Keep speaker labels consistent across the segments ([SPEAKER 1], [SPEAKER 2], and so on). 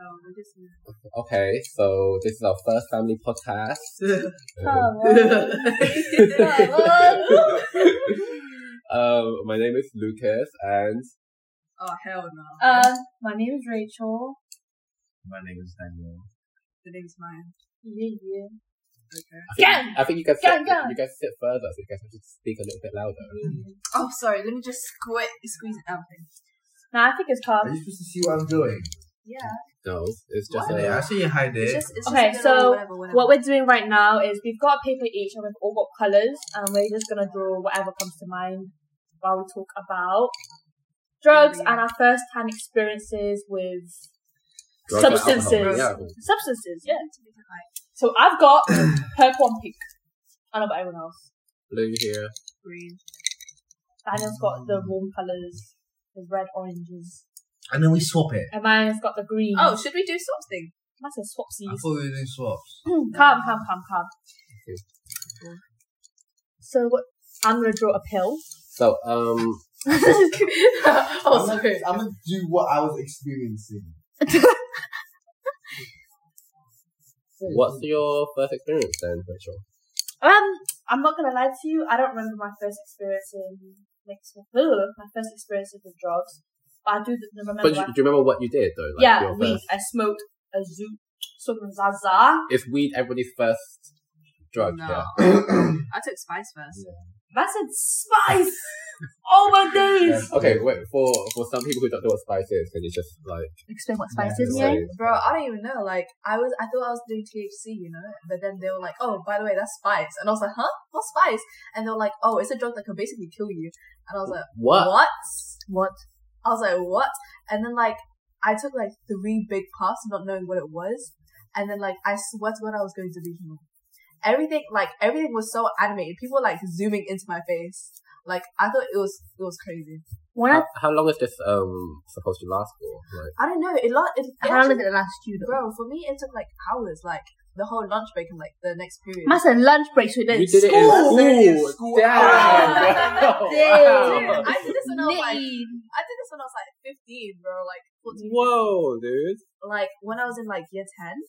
[SPEAKER 1] 们这些
[SPEAKER 2] Okay, so this is our first family podcast.
[SPEAKER 3] 好了，好了，
[SPEAKER 2] um, my name is Lucas, and
[SPEAKER 1] Oh hell no.
[SPEAKER 3] Uh, my name is Rachel.
[SPEAKER 4] My name is Daniel.
[SPEAKER 1] the name's mine.
[SPEAKER 3] Yeah, yeah.
[SPEAKER 1] Okay.
[SPEAKER 2] I think,
[SPEAKER 3] Gang!
[SPEAKER 2] I think you guys
[SPEAKER 3] Gang,
[SPEAKER 2] sit,
[SPEAKER 3] gang!
[SPEAKER 2] you guys sit further, so you guys have to speak a little bit louder.
[SPEAKER 1] Oh sorry, let me just squeeze squeeze it out there.
[SPEAKER 3] Nah, I think it's
[SPEAKER 4] Are
[SPEAKER 3] called.
[SPEAKER 4] you supposed to see what I'm doing?
[SPEAKER 3] Yeah.
[SPEAKER 2] No, it's just
[SPEAKER 4] Hey,
[SPEAKER 2] a,
[SPEAKER 4] I see you hi there.
[SPEAKER 1] It's just it's
[SPEAKER 3] Okay,
[SPEAKER 1] just a little
[SPEAKER 3] so
[SPEAKER 1] whatever, whatever.
[SPEAKER 3] What we're doing right now is we've got a paper each and we've all got colours and we're just gonna draw whatever comes to mind while we talk about drugs and our first hand experiences with
[SPEAKER 2] drug and
[SPEAKER 3] substances.
[SPEAKER 2] alcohol. Yeah, alcohol.
[SPEAKER 3] substances, yeah.
[SPEAKER 1] To make it like
[SPEAKER 3] So I've got purple and pink. I don't know about everyone else.
[SPEAKER 2] blue here.
[SPEAKER 1] green.
[SPEAKER 3] Daniel's got the warm colours, the red oranges.
[SPEAKER 4] And then we swap it.
[SPEAKER 3] And mine's got the green.
[SPEAKER 1] Oh, should we do something?
[SPEAKER 3] that's a
[SPEAKER 4] I
[SPEAKER 3] swapsies.
[SPEAKER 4] thought we were doing swaps.
[SPEAKER 3] Calm, calm, calm, calm. So what? I'm gonna draw a pill.
[SPEAKER 2] So, um,
[SPEAKER 3] oh,
[SPEAKER 4] I'm,
[SPEAKER 3] sorry.
[SPEAKER 4] gonna, I'm gonna do what I was experiencing.
[SPEAKER 2] what's your first experience then, Rachel?
[SPEAKER 3] Um, I'm not gonna lie to you. I don't remember my first experience in mixed with ugh, my first experience with drugs, but I do remember.
[SPEAKER 2] But
[SPEAKER 3] my,
[SPEAKER 2] do you remember what you did though? Like
[SPEAKER 3] yeah, uh,
[SPEAKER 2] your
[SPEAKER 3] weed.
[SPEAKER 2] first,
[SPEAKER 3] I smoked a zoot, some zaza.
[SPEAKER 2] is weed everybody's first drug?
[SPEAKER 1] No.
[SPEAKER 2] Yeah.
[SPEAKER 1] I took spice first.
[SPEAKER 3] That's said spice. oh my days!
[SPEAKER 2] Okay, wait for for some people who don't know what spice is, can you just like
[SPEAKER 3] Explain what
[SPEAKER 4] spice
[SPEAKER 3] spice
[SPEAKER 4] Yeah, is
[SPEAKER 3] is,
[SPEAKER 4] yeah.
[SPEAKER 3] yeah.
[SPEAKER 2] explain?
[SPEAKER 1] Bro, I don't even know. Like, I was, I thought I was doing THC, you know. But then they were like, "Oh, by the way, that's spice," and I was like, "Huh? What spice?" And they were like, "Oh, it's a drug that can basically kill you." And I was like,
[SPEAKER 2] What?
[SPEAKER 3] What?
[SPEAKER 1] I was like, what? And then like I took like three big puffs, not knowing what it was. And then like I swear to God, I was going delusional. Everything like everything was so animated. People were like zooming into my face. Like I thought it was it was crazy.
[SPEAKER 3] When
[SPEAKER 2] How, how long is this um supposed to last for? Like,
[SPEAKER 1] I don't know. It lot it, it
[SPEAKER 3] I, how long
[SPEAKER 1] actually-
[SPEAKER 3] did it last you though?
[SPEAKER 1] bro for me it took like hours. Like the whole lunch break and like the next period.
[SPEAKER 3] Must have lunch break, so we did
[SPEAKER 2] you did it
[SPEAKER 3] school.
[SPEAKER 2] in
[SPEAKER 4] School.
[SPEAKER 2] school. Damn, bro.
[SPEAKER 3] Damn.
[SPEAKER 2] Wow.
[SPEAKER 1] I did this when I was like
[SPEAKER 3] Need.
[SPEAKER 1] I did this when I was like fifteen, bro. Like 14.
[SPEAKER 2] Whoa, dude.
[SPEAKER 1] Like when I was in like year ten.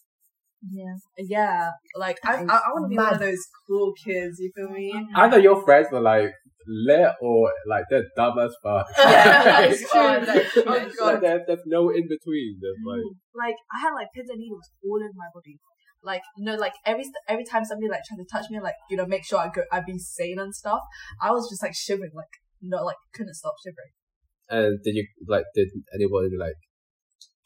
[SPEAKER 3] Yeah.
[SPEAKER 1] Yeah, like I, I,
[SPEAKER 3] That is
[SPEAKER 1] I want to be one
[SPEAKER 3] mad.
[SPEAKER 1] of those cool kids. You feel me?
[SPEAKER 2] Either your friends were like lit or like they're dumb as fuck.
[SPEAKER 1] Yeah,
[SPEAKER 3] it's true.
[SPEAKER 1] Oh, no. Oh,
[SPEAKER 2] Like,
[SPEAKER 1] God.
[SPEAKER 2] there, there's no in between. There's like
[SPEAKER 1] Like I had like pins and needles all over my body. Like no, like every st- every time somebody like tried to touch me, like you know, make sure I go, I be sane and stuff. I was just like shivering, like no, like couldn't stop shivering.
[SPEAKER 3] Mm-hmm.
[SPEAKER 2] And did you like? Did anyone like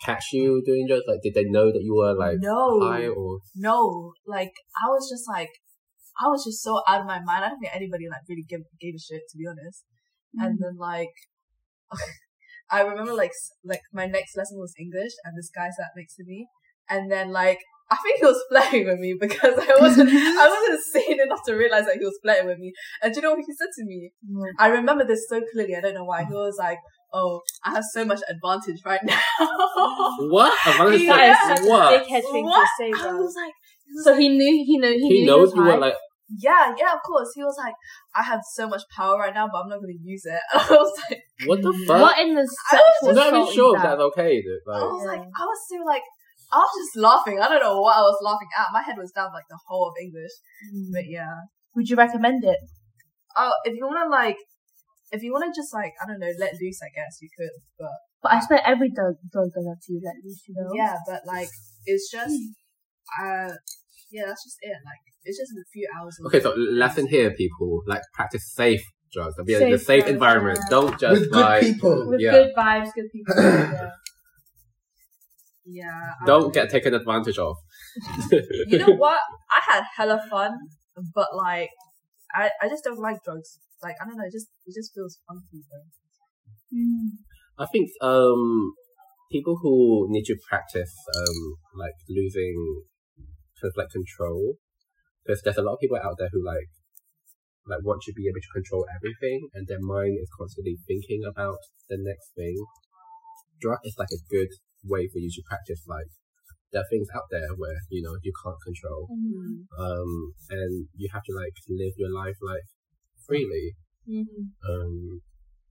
[SPEAKER 2] catch you doing drugs? Like, did they know that you were like
[SPEAKER 1] No.
[SPEAKER 2] high or?
[SPEAKER 1] No, like I was just like, I was just so out of my mind. I don't think anybody like really gave gave a shit to be honest. And then like, I remember like s- like my next lesson was English, and this guy sat next to me, and then like I think he was flirting with me because I wasn't I wasn't sane enough to realize that he was flirting with me. And do you know what he said to me? I remember this so clearly. I don't know why. He was like, "Oh, I have so much advantage right now."
[SPEAKER 2] What? I wanted to
[SPEAKER 1] Yeah.
[SPEAKER 2] say,
[SPEAKER 3] That is such a
[SPEAKER 2] what?
[SPEAKER 3] dickhead thing
[SPEAKER 1] What?
[SPEAKER 3] to say.
[SPEAKER 1] I
[SPEAKER 3] Though.
[SPEAKER 1] was like, he was
[SPEAKER 3] So
[SPEAKER 1] like,
[SPEAKER 3] he knew. He knew. He,
[SPEAKER 2] He
[SPEAKER 3] knew
[SPEAKER 2] knows
[SPEAKER 3] he
[SPEAKER 2] you
[SPEAKER 3] was high.
[SPEAKER 2] were like.
[SPEAKER 1] Yeah, yeah, of course. He was like, I have so much power right now, but I'm not going to use it. And I was like,
[SPEAKER 2] What the fuck?
[SPEAKER 3] Mm-hmm. What in the
[SPEAKER 1] I
[SPEAKER 3] sexual
[SPEAKER 2] I'm not even
[SPEAKER 3] assault
[SPEAKER 2] sure
[SPEAKER 3] is
[SPEAKER 2] if
[SPEAKER 3] that? Oh.
[SPEAKER 2] that's okay. Dude.
[SPEAKER 1] I
[SPEAKER 2] Like,
[SPEAKER 1] was
[SPEAKER 3] Yeah.
[SPEAKER 1] like, I was so like, I was just laughing. I don't know what I was laughing at. My head was down like the whole of English. But yeah.
[SPEAKER 3] Would you recommend it?
[SPEAKER 1] Oh, if you want to like, if you want to just like, I don't know, let loose, I guess you could. But
[SPEAKER 3] But I swear every drug, drug does that to you, like least you know.
[SPEAKER 1] yeah, but like, it's just, uh, yeah, that's just it. Like, it's just a few hours. of-
[SPEAKER 2] okay, so lesson here, people. Like, practice safe drugs. Be in a
[SPEAKER 3] Safe
[SPEAKER 2] safe
[SPEAKER 3] drugs,
[SPEAKER 2] environment.
[SPEAKER 3] yeah.
[SPEAKER 2] Don't just
[SPEAKER 4] With good
[SPEAKER 2] like.
[SPEAKER 4] people.
[SPEAKER 3] With
[SPEAKER 2] Yeah.
[SPEAKER 3] good vibes, good people. yeah.
[SPEAKER 1] Yeah. I
[SPEAKER 2] Don't get taken advantage of.
[SPEAKER 1] You know what? I had hella fun, but like, I, I just don't like drugs. Like, I don't know, it just it just feels funky though.
[SPEAKER 3] Mm-hmm.
[SPEAKER 2] I think um people who need to practice um like losing kind of like control because there's a lot of people out there who like like want to be able to control everything and their mind is constantly thinking about the next thing. Drug is like a good way for you to practice like there are things out there where you know you can't control um and you have to like live your life like freely
[SPEAKER 3] Mm-hmm.
[SPEAKER 2] um,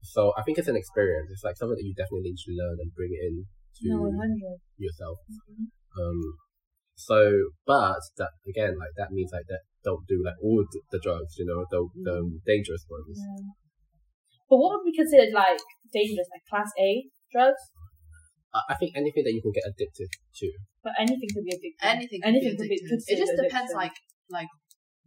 [SPEAKER 2] so I think it's an experience. It's like something that you definitely need to learn and bring in to
[SPEAKER 3] No, 100.
[SPEAKER 2] yourself. Um, so, but that again, like that means like that don't do like all the, the drugs, you know, the, the dangerous ones.
[SPEAKER 3] Mm. Yeah. But what would be considered like dangerous, like class A drugs?
[SPEAKER 2] I, I think anything that you can get addicted to.
[SPEAKER 3] But anything could be addictive.
[SPEAKER 1] Anything. could
[SPEAKER 3] Um, Anything
[SPEAKER 1] be
[SPEAKER 3] could be
[SPEAKER 1] addictive. It just
[SPEAKER 3] considered
[SPEAKER 1] depends,
[SPEAKER 3] addictive.
[SPEAKER 1] like like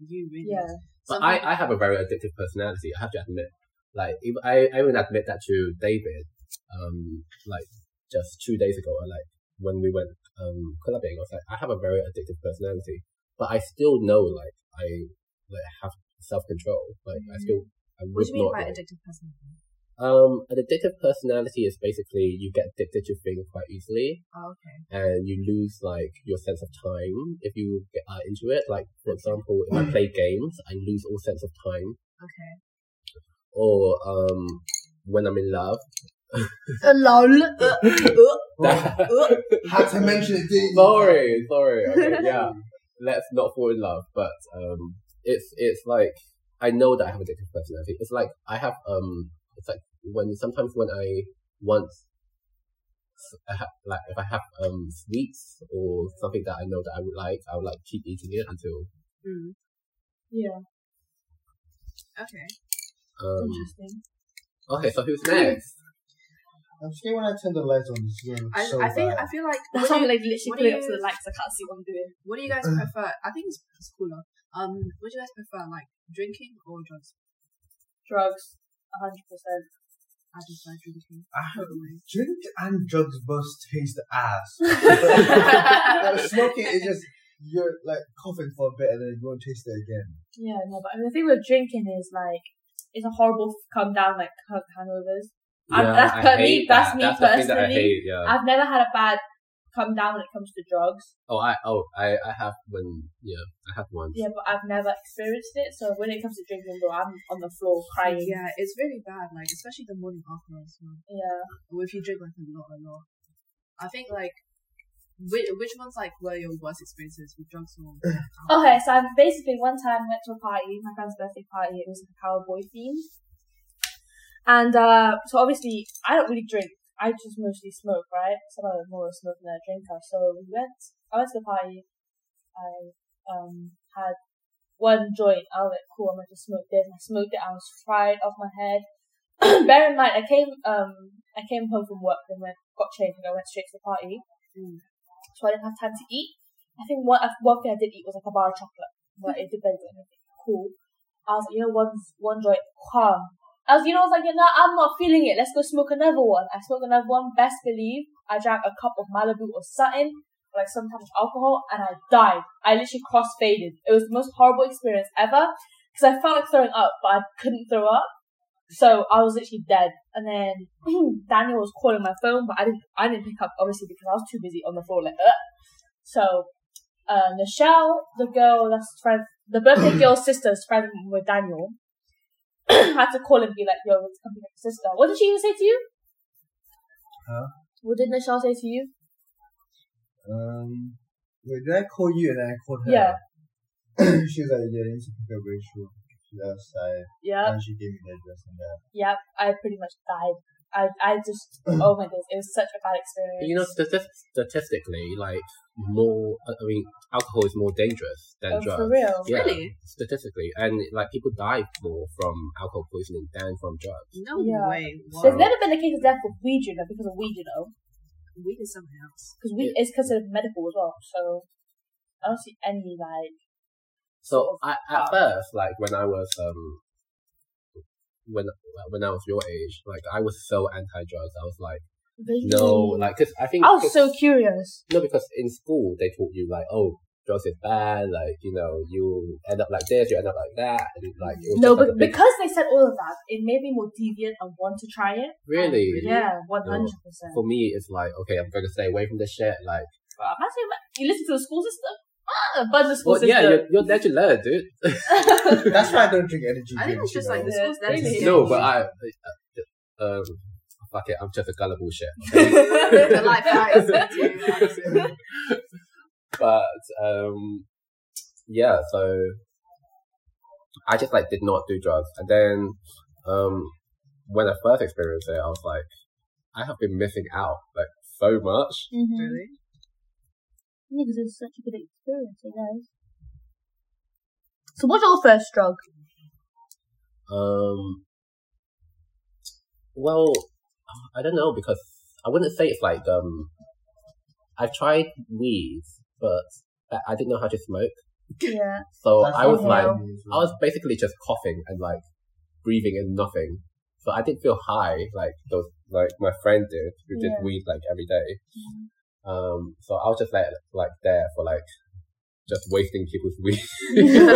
[SPEAKER 1] you really.
[SPEAKER 3] yeah.
[SPEAKER 2] But
[SPEAKER 1] Some people-
[SPEAKER 2] I, I have a very addictive personality. I have to admit. Like if I, I even admit that to David. Um, like just two days ago, or like when we went um clubbing, I was like, I have a very addictive personality, but I still know like I like have self control. Like I still I
[SPEAKER 1] Mm-hmm.
[SPEAKER 2] would
[SPEAKER 1] What do you mean
[SPEAKER 2] not.
[SPEAKER 1] by
[SPEAKER 2] like-
[SPEAKER 1] addictive person?
[SPEAKER 2] um, an addictive personality is basically you get addicted to things quite easily,
[SPEAKER 1] Oh, okay.
[SPEAKER 2] and you lose like your sense of time if you get uh, into it. Like for example, if I play games, I lose all sense of time
[SPEAKER 1] Okay.
[SPEAKER 2] or um when I'm in love.
[SPEAKER 3] Uh,
[SPEAKER 4] Had to mention it, didn't you?
[SPEAKER 2] sorry, sorry. Okay, yeah, let's not fall in love. But um, it's it's like I know that I have a addictive personality. It's like I have um, it's like when sometimes when I want. I ha- like if I have um sweets or something that I know that I would like, I would like keep eating it until
[SPEAKER 1] Mm.
[SPEAKER 3] Yeah.
[SPEAKER 1] Okay.
[SPEAKER 2] um.
[SPEAKER 3] Interesting.
[SPEAKER 2] Okay, so who's next?
[SPEAKER 4] I'm scared when I turn the lights on. This is gonna
[SPEAKER 1] I,
[SPEAKER 4] so
[SPEAKER 1] I think
[SPEAKER 4] bad.
[SPEAKER 1] I feel like
[SPEAKER 3] That's
[SPEAKER 1] what do,
[SPEAKER 3] why I'm
[SPEAKER 1] you,
[SPEAKER 3] like literally
[SPEAKER 1] what do
[SPEAKER 3] pulling up to
[SPEAKER 1] you-
[SPEAKER 3] the lights. I can't see what I'm doing.
[SPEAKER 1] what do you
[SPEAKER 4] Uh.
[SPEAKER 1] guys prefer? I think it's, it's cooler. Um, what do you guys prefer, like drinking or drugs?
[SPEAKER 3] Drugs. 100%.
[SPEAKER 1] I prefer drinking.
[SPEAKER 4] I have-
[SPEAKER 1] Totally.
[SPEAKER 4] drink and drugs both taste the ass.
[SPEAKER 3] yeah,
[SPEAKER 4] Like, smoking is just you're like coughing for a bit and then you won't taste it again.
[SPEAKER 3] no, but I mean, the thing with drinking is like, it's a horrible come down, like hung- hangovers. Um, that's per me, that's me
[SPEAKER 2] the thing that I
[SPEAKER 3] personally.
[SPEAKER 2] hate, yeah.
[SPEAKER 3] I've never had a bad come down when it comes to drugs.
[SPEAKER 2] oh, I oh I I have when yeah I have one.
[SPEAKER 3] Yeah, but I've never experienced it. So when it comes to drinking, bro, I'm on the floor crying. Yeah.
[SPEAKER 1] Yeah, it's really bad. Like especially the morning after as well. Or if you drink like a lot, a lot. I think like which which ones like were your worst experiences with drugs or?
[SPEAKER 3] Okay, so I basically one time went to a party, my friend's birthday party. It was like a cowboy theme, and uh, so obviously I don't really drink. I just mostly smoke, right? So I'm more of a smoker than a drinker. So we went. I went to the party. I um had one joint. I was like, cool. I'm gonna just smoke this. I smoked it. I was fried off my head. Bear in mind, I came um I came home from work and went got changed and I went straight to the party.
[SPEAKER 1] Mm.
[SPEAKER 3] So I didn't have time to eat. I think one uh, one thing I did eat was like a bar of chocolate, but it depends on anything. Cool. I was like, you know, one one joint, calm. I was, you know, I was like, you know, I'm not feeling it. Let's go smoke another one. I smoked another one. Best believe I drank a cup of Malibu or something, like some type of alcohol, and I died. I literally cross faded. It was the most horrible experience ever because I felt like throwing up, but I couldn't throw up. So I was literally dead. And then Daniel was calling my phone, but I didn't. I didn't pick up obviously because I was too busy on the floor, like. Ugh. So, uh, Michelle, the girl that's friend, the birthday girl's sister's friend with Daniel, had to call and be like, "Yo, what's happening with your sister?" What did she even say to you?
[SPEAKER 4] Huh?
[SPEAKER 3] What did Michelle say to you?
[SPEAKER 4] Um, wait, did I call you and then I called her?
[SPEAKER 3] Yeah.
[SPEAKER 4] she was like, yeah, you need to pick up Rachel. She's outside.
[SPEAKER 3] Yeah,
[SPEAKER 4] And she gave me the address and
[SPEAKER 2] uh,
[SPEAKER 4] that.
[SPEAKER 3] yeah. I pretty much died. I, I just, oh my goodness, it was such a bad experience.
[SPEAKER 2] You know, statis- statistically, like more, uh, I I mean, alcohol is more dangerous than
[SPEAKER 3] Oh,
[SPEAKER 2] drugs.
[SPEAKER 3] for real.
[SPEAKER 2] Yeah,
[SPEAKER 1] Really?
[SPEAKER 2] statistically, and like people die more from alcohol poisoning than from drugs.
[SPEAKER 1] No
[SPEAKER 3] Yeah.
[SPEAKER 1] way.
[SPEAKER 3] There's
[SPEAKER 1] Wow.
[SPEAKER 3] never been a case of death with weed, you know, because of weed, you know,
[SPEAKER 1] We did something else.
[SPEAKER 3] because weed is considered medical as well. So I don't see any like Oh,
[SPEAKER 2] So I, at first, like when I was um, when when I was your age, like I was so anti-drugs. I was like, no, like because I think
[SPEAKER 3] I was
[SPEAKER 2] 'cause-
[SPEAKER 3] so curious.
[SPEAKER 2] no, because in school they taught you like, oh, drugs is bad. Like you know, you end up like this, you end up like that, and like it was
[SPEAKER 3] No,
[SPEAKER 2] just, like,
[SPEAKER 3] but
[SPEAKER 2] a big-
[SPEAKER 3] because they said all of that, it made me more deviant and want to try it.
[SPEAKER 2] really,
[SPEAKER 3] Yeah, one hundred percent.
[SPEAKER 2] for me, it's like, okay, I'm going to stay away from this shit. Like,
[SPEAKER 3] Imagine that- you listen to the school system. Ah, but the school
[SPEAKER 2] well, yeah,
[SPEAKER 3] system.
[SPEAKER 2] you're, you're there to learn, dude.
[SPEAKER 4] That's why I don't drink energy
[SPEAKER 1] I think
[SPEAKER 4] drinks,
[SPEAKER 1] it's just
[SPEAKER 4] you
[SPEAKER 1] like
[SPEAKER 4] know.
[SPEAKER 1] the
[SPEAKER 3] Yeah,
[SPEAKER 1] school's that's
[SPEAKER 3] really.
[SPEAKER 2] no, but I, uh, um, fuck it, I'm just a gullible shit.
[SPEAKER 1] the life I expect you, like,
[SPEAKER 2] But, um, yeah, so I just like did not do drugs. And then, um, when I first experienced it, I was like, I have been missing out, like, so much.
[SPEAKER 3] Mm-hmm.
[SPEAKER 1] Really?
[SPEAKER 3] Yeah, because it's such a good experience, you guys. So what's your first drug?
[SPEAKER 2] Um, well, I don't know because I wouldn't say it's like um, I've tried weed, but I- I didn't know how to smoke,
[SPEAKER 3] Yeah.
[SPEAKER 2] so
[SPEAKER 4] That's
[SPEAKER 2] Oh, I was
[SPEAKER 3] okay.
[SPEAKER 2] like, I was basically just coughing and like breathing and nothing. So I didn't feel high like those like my friend did who did
[SPEAKER 3] Yeah.
[SPEAKER 2] weed like every day. Um, so I was just like like there for like just wasting people's weed.
[SPEAKER 3] Mm-hmm.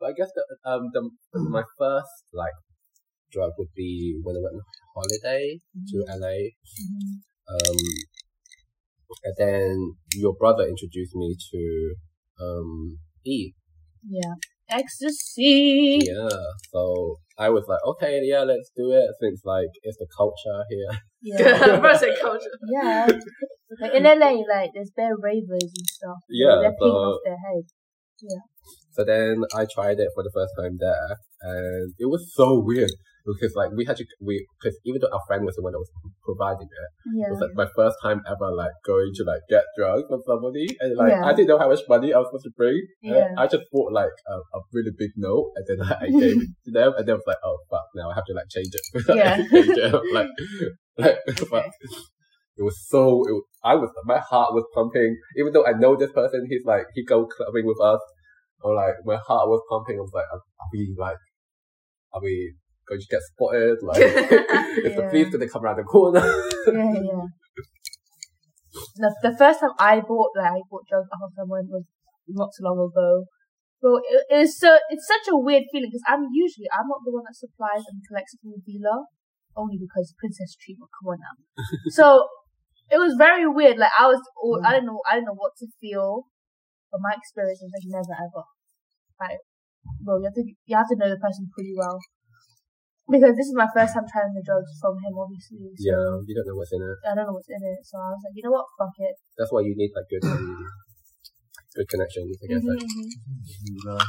[SPEAKER 2] But I guess the, um the my first like drug would be when I went on holiday to LA. Um, and then your brother introduced me to um E.
[SPEAKER 1] yeah.
[SPEAKER 3] Ecstasy.
[SPEAKER 2] Yeah, so I was like, okay, yeah, let's do it since like it's the culture here.
[SPEAKER 3] Yeah.
[SPEAKER 1] Birthday culture.
[SPEAKER 3] yeah. Like in LA, like there's bare ravers and stuff.
[SPEAKER 2] Yeah,
[SPEAKER 3] They're picking
[SPEAKER 2] but-
[SPEAKER 3] off their head.
[SPEAKER 2] So then I tried it for the first time there, and it was so weird because like we had to we because even though our friend was the one that was providing it, it was
[SPEAKER 3] Yeah.
[SPEAKER 2] like my first time ever like going to like get drugs from somebody, and like
[SPEAKER 3] Yeah.
[SPEAKER 2] I didn't know how much money I was supposed to bring. And
[SPEAKER 3] Yeah.
[SPEAKER 2] I just bought like a, a really big note, and then I gave it to them, and then I was like, oh fuck, now I have to like change it.
[SPEAKER 3] Yeah.
[SPEAKER 2] Change it up, like, like fuck. It was so. It was, I was. My heart was pumping. Even though I know this person, he's like he go clubbing with us, or like my heart was pumping. I was like, are, are we like, are we going to get spotted? Like, if the
[SPEAKER 3] Yeah.
[SPEAKER 2] police didn't come around the corner.
[SPEAKER 3] yeah, yeah. The, the first time I bought like I bought drugs off someone was not so long ago. Bro, it, it's so it's such a weird feeling because I'm usually I'm not the one that supplies and collects from the dealer, only because Princess Treatment. Come on now. so it was very weird. Like I was, all, I don't know, I don't know what to feel. But my experience was like never ever. Like, bro, you have to you have to know the person pretty well because this is my first time trying the drugs from him, obviously. So
[SPEAKER 2] yeah, you don't know what's in it.
[SPEAKER 3] I don't know what's in it. So I was like, you know what? Fuck it.
[SPEAKER 2] That's why you need like good, um, good connections. I guess. like,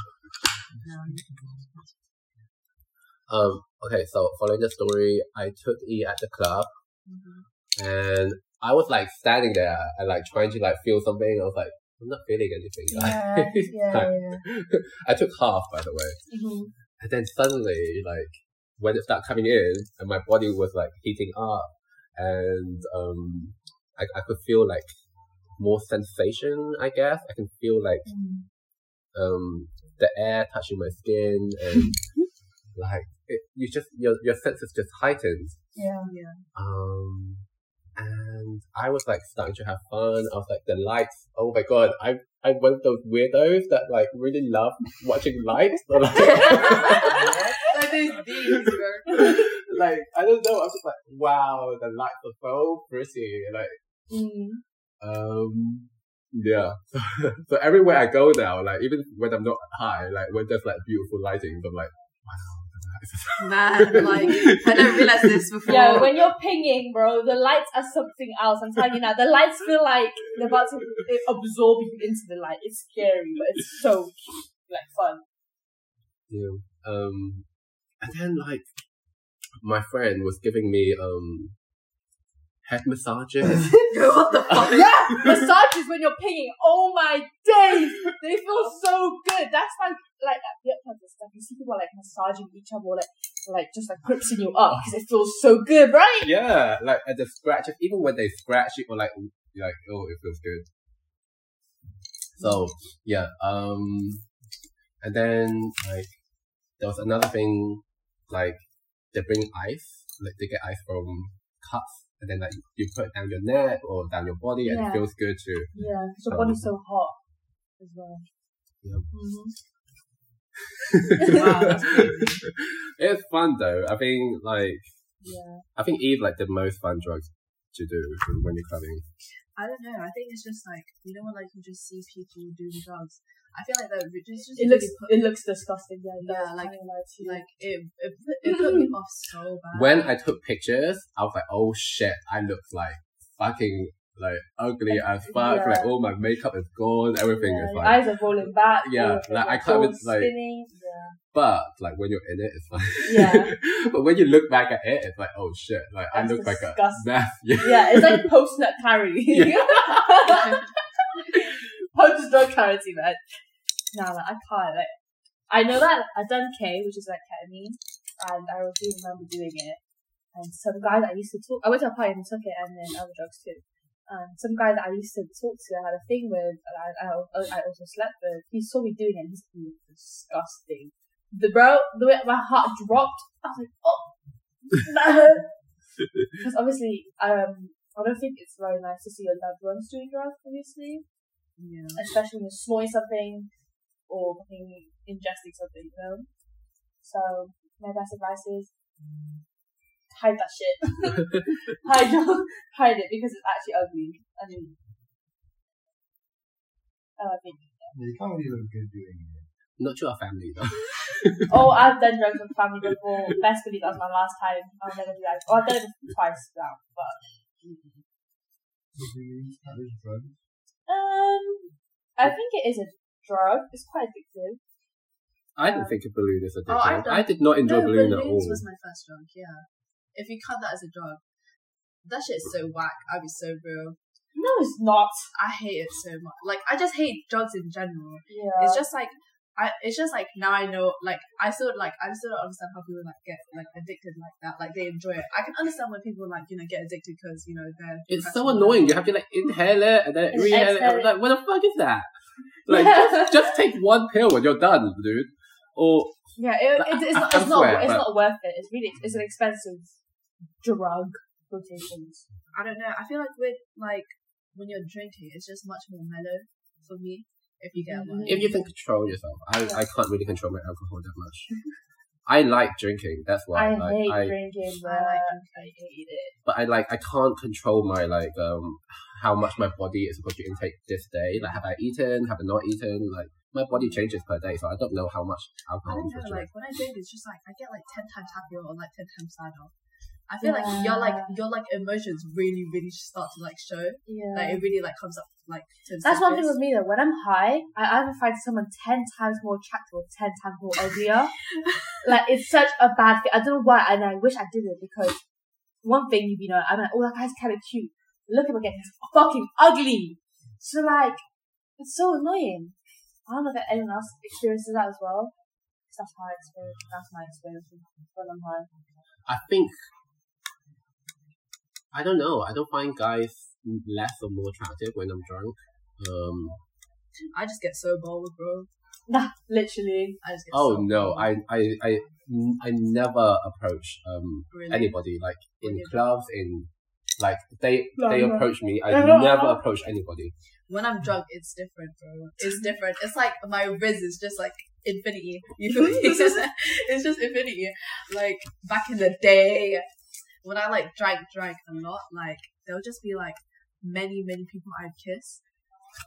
[SPEAKER 2] Um, okay, so following the story, I took E at the club and I was like standing there and like trying to like feel something. I was like, I'm not feeling anything.
[SPEAKER 3] Mm-hmm. Yeah, yeah, yeah. Mm-hmm.
[SPEAKER 2] I took half, by the way. And then suddenly, like, when it started coming in and my body was like heating up and, um, I, I could feel like more sensation, I guess. I can feel like
[SPEAKER 3] Mm.
[SPEAKER 2] um, the air touching my skin and like it, you just your your senses just heightened.
[SPEAKER 3] Yeah.
[SPEAKER 2] Um, and I was like starting to have fun. I was like the lights. Oh my god! I I'm one of those weirdos that like really love watching lights. So, like,
[SPEAKER 1] Like these bees, bro.
[SPEAKER 2] like, I don't know. I was just like, wow, the lights are so pretty. Like
[SPEAKER 3] Mm.
[SPEAKER 2] um yeah. so everywhere I go now, like even when I'm not high, like when there's like beautiful lighting, I'm like,
[SPEAKER 1] Man, like, I didn't realize this before.
[SPEAKER 3] Yeah, when you're pinging, bro, the lights are something else. I'm telling you now. The lights feel like they're about to absorb you into the light. It's scary, but it's so cute, like fun.
[SPEAKER 2] Yeah. Um, and then like my friend was giving me um head massages.
[SPEAKER 1] what the fuck?
[SPEAKER 3] Yeah, massages when you're pinging. Oh my days, they feel so good. That's why, like at the uptown and stuff, you see people like massaging each other, like like just like gripping you up because it feels so good, right?
[SPEAKER 2] yeah, like at the scratches, even when they scratch it, or like you're like oh, it feels good. So yeah, um, and then like there was another thing, like they bring ice, like they get ice from cups, and then like you put it down your neck or down your body, and
[SPEAKER 3] Yeah.
[SPEAKER 2] it feels good too.
[SPEAKER 3] Yeah, because your body's so hot as well.
[SPEAKER 2] Yeah.
[SPEAKER 3] Mm-hmm.
[SPEAKER 1] Wow, that's
[SPEAKER 2] it's fun though. I think like
[SPEAKER 3] Yeah.
[SPEAKER 2] I think Eve like the most fun drugs to do when you're clubbing.
[SPEAKER 1] I don't know. I think it's just like you know when like you just see people doing drugs. I feel like that re- just just
[SPEAKER 3] It looks
[SPEAKER 1] really put,
[SPEAKER 3] it looks disgusting. Yeah,
[SPEAKER 1] Yeah,
[SPEAKER 3] yeah.
[SPEAKER 1] like-
[SPEAKER 3] Like, like
[SPEAKER 1] like it it put, it put me off so bad.
[SPEAKER 2] When I took pictures, I was like, oh shit, I look like fucking like ugly as fuck.
[SPEAKER 3] Yeah.
[SPEAKER 2] Like all my makeup is gone. Everything
[SPEAKER 3] yeah,
[SPEAKER 2] is
[SPEAKER 3] your
[SPEAKER 2] like.
[SPEAKER 3] eyes are rolling back.
[SPEAKER 2] Yeah,
[SPEAKER 3] your-
[SPEAKER 2] like, I
[SPEAKER 3] your
[SPEAKER 2] can't even,
[SPEAKER 3] toes
[SPEAKER 2] like-
[SPEAKER 3] spinning.
[SPEAKER 2] But like when you're in it, it's fine.
[SPEAKER 3] Yeah.
[SPEAKER 2] but when you look back at it, it's like oh shit. Like I
[SPEAKER 3] That's
[SPEAKER 2] look like a
[SPEAKER 3] disgusting.
[SPEAKER 2] mess. Yeah.
[SPEAKER 3] Yeah, it's like post nut clarity.
[SPEAKER 2] Yeah.
[SPEAKER 3] post drug clarity, man. Nah, like, I can't. Like, I know that I've done K, which is like ketamine, and I really remember doing it. And some guy that I used to talk, I went to a party and took it, and then other drugs too. And some guy that I used to talk to, I had a thing with, and I, I, al- I also slept with. He saw me doing it, and he's like, disgusting. The bro, the way my heart dropped, I was like, oh, no. Because obviously, um, I don't think it's very nice to see your loved ones doing drugs, obviously.
[SPEAKER 1] Yeah.
[SPEAKER 3] Especially when you're snorting something or fucking ingesting something, you know? So, my best advice is hide that shit. hide, your- hide it because it's actually ugly. I mean, uh, I think.
[SPEAKER 4] You can't really look good doing it.
[SPEAKER 2] Not to our family though.
[SPEAKER 3] Oh, I've done drugs with family before. Best believe that was my last time. I'll never do that. Oh, I've done it twice now, but.
[SPEAKER 4] Really, that is drug.
[SPEAKER 3] Um, I think it is a drug. It's quite addictive.
[SPEAKER 2] I didn't think a balloon
[SPEAKER 1] Oh,
[SPEAKER 2] is
[SPEAKER 1] I've
[SPEAKER 2] addictive.
[SPEAKER 1] done-
[SPEAKER 2] I did not enjoy
[SPEAKER 1] no,
[SPEAKER 2] balloon at all.
[SPEAKER 1] balloons was my first drug. Yeah. If you count that as a drug, that shit is so whack. I'd be so real.
[SPEAKER 3] No, it's not.
[SPEAKER 1] I hate it so much. Like I just hate drugs in general.
[SPEAKER 3] Yeah.
[SPEAKER 1] It's just like I. It's just like now I know. Like I still like I still don't understand how people like get like addicted like that. Like they enjoy it. I can understand when people like you know get addicted because you know they're.
[SPEAKER 2] It's so annoying. You have to like inhale it and then
[SPEAKER 3] And
[SPEAKER 2] inhale it.
[SPEAKER 3] exhale
[SPEAKER 2] I'm like, what the fuck is that? Like, just, just take one pill and you're done, dude. Or
[SPEAKER 3] yeah. It, it, it's not.
[SPEAKER 2] I
[SPEAKER 3] It's not.
[SPEAKER 2] swear,
[SPEAKER 3] it's
[SPEAKER 2] but-
[SPEAKER 3] not worth it. It's really. It's an expensive drug. Quotations.
[SPEAKER 1] I don't know. I feel like with like when you're drinking, it's just much more mellow for me. If you get one.
[SPEAKER 3] Mhm.
[SPEAKER 2] if you can control yourself, I, I can't really control my alcohol that much. I like drinking. That's why.
[SPEAKER 3] I
[SPEAKER 2] like,
[SPEAKER 3] hate
[SPEAKER 2] I,
[SPEAKER 3] drinking.
[SPEAKER 1] I
[SPEAKER 3] But
[SPEAKER 1] like
[SPEAKER 3] I hate it.
[SPEAKER 2] but I like I can't control my like um how much my body is supposed to intake this day. Like, have I eaten? Have I not eaten? Like, my body changes per day, so I don't know how much
[SPEAKER 1] I
[SPEAKER 2] alcohol.
[SPEAKER 1] don't
[SPEAKER 2] I'm
[SPEAKER 1] know,
[SPEAKER 2] supposed to
[SPEAKER 1] like when I drink, it's just like I get like ten times happier or like ten times sadder. I feel like
[SPEAKER 3] Yeah.
[SPEAKER 1] your like your like emotions really really start to like show.
[SPEAKER 3] Yeah.
[SPEAKER 1] Like it really like comes up like to the
[SPEAKER 3] That's one thing
[SPEAKER 1] surface.
[SPEAKER 3] with me though. When I'm high, I either find someone ten times more attractive or ten times more idea. like it's such a bad thing. I don't know why, and I wish I didn't because one thing you know, I'm like, oh that guy's kind of cute. Look at him again, he's fucking ugly. So like, it's so annoying. I don't know if anyone else experiences that as well. 'Cause That's my experience. That's my experience when I'm high.
[SPEAKER 2] I think I don't know. I don't find guys less or more attractive when I'm drunk. Um,
[SPEAKER 1] I just get so bold, bro.
[SPEAKER 3] Nah, literally.
[SPEAKER 1] I just get
[SPEAKER 2] oh
[SPEAKER 1] so
[SPEAKER 2] no,
[SPEAKER 1] bold.
[SPEAKER 2] I I I I never approach um
[SPEAKER 1] really
[SPEAKER 2] anybody like in
[SPEAKER 1] Okay.
[SPEAKER 2] clubs in like they
[SPEAKER 3] No,
[SPEAKER 2] they
[SPEAKER 3] no.
[SPEAKER 2] approach me. I
[SPEAKER 3] No, no,
[SPEAKER 2] never
[SPEAKER 3] no.
[SPEAKER 2] approach anybody.
[SPEAKER 1] when I'm drunk, it's different, bro. It's different. It's like my riz is just like infinity. You feel me? It's just, it's just infinity. Like back in the day, when I like drank, drank a lot, like there'll just be like many, many people I'd kiss.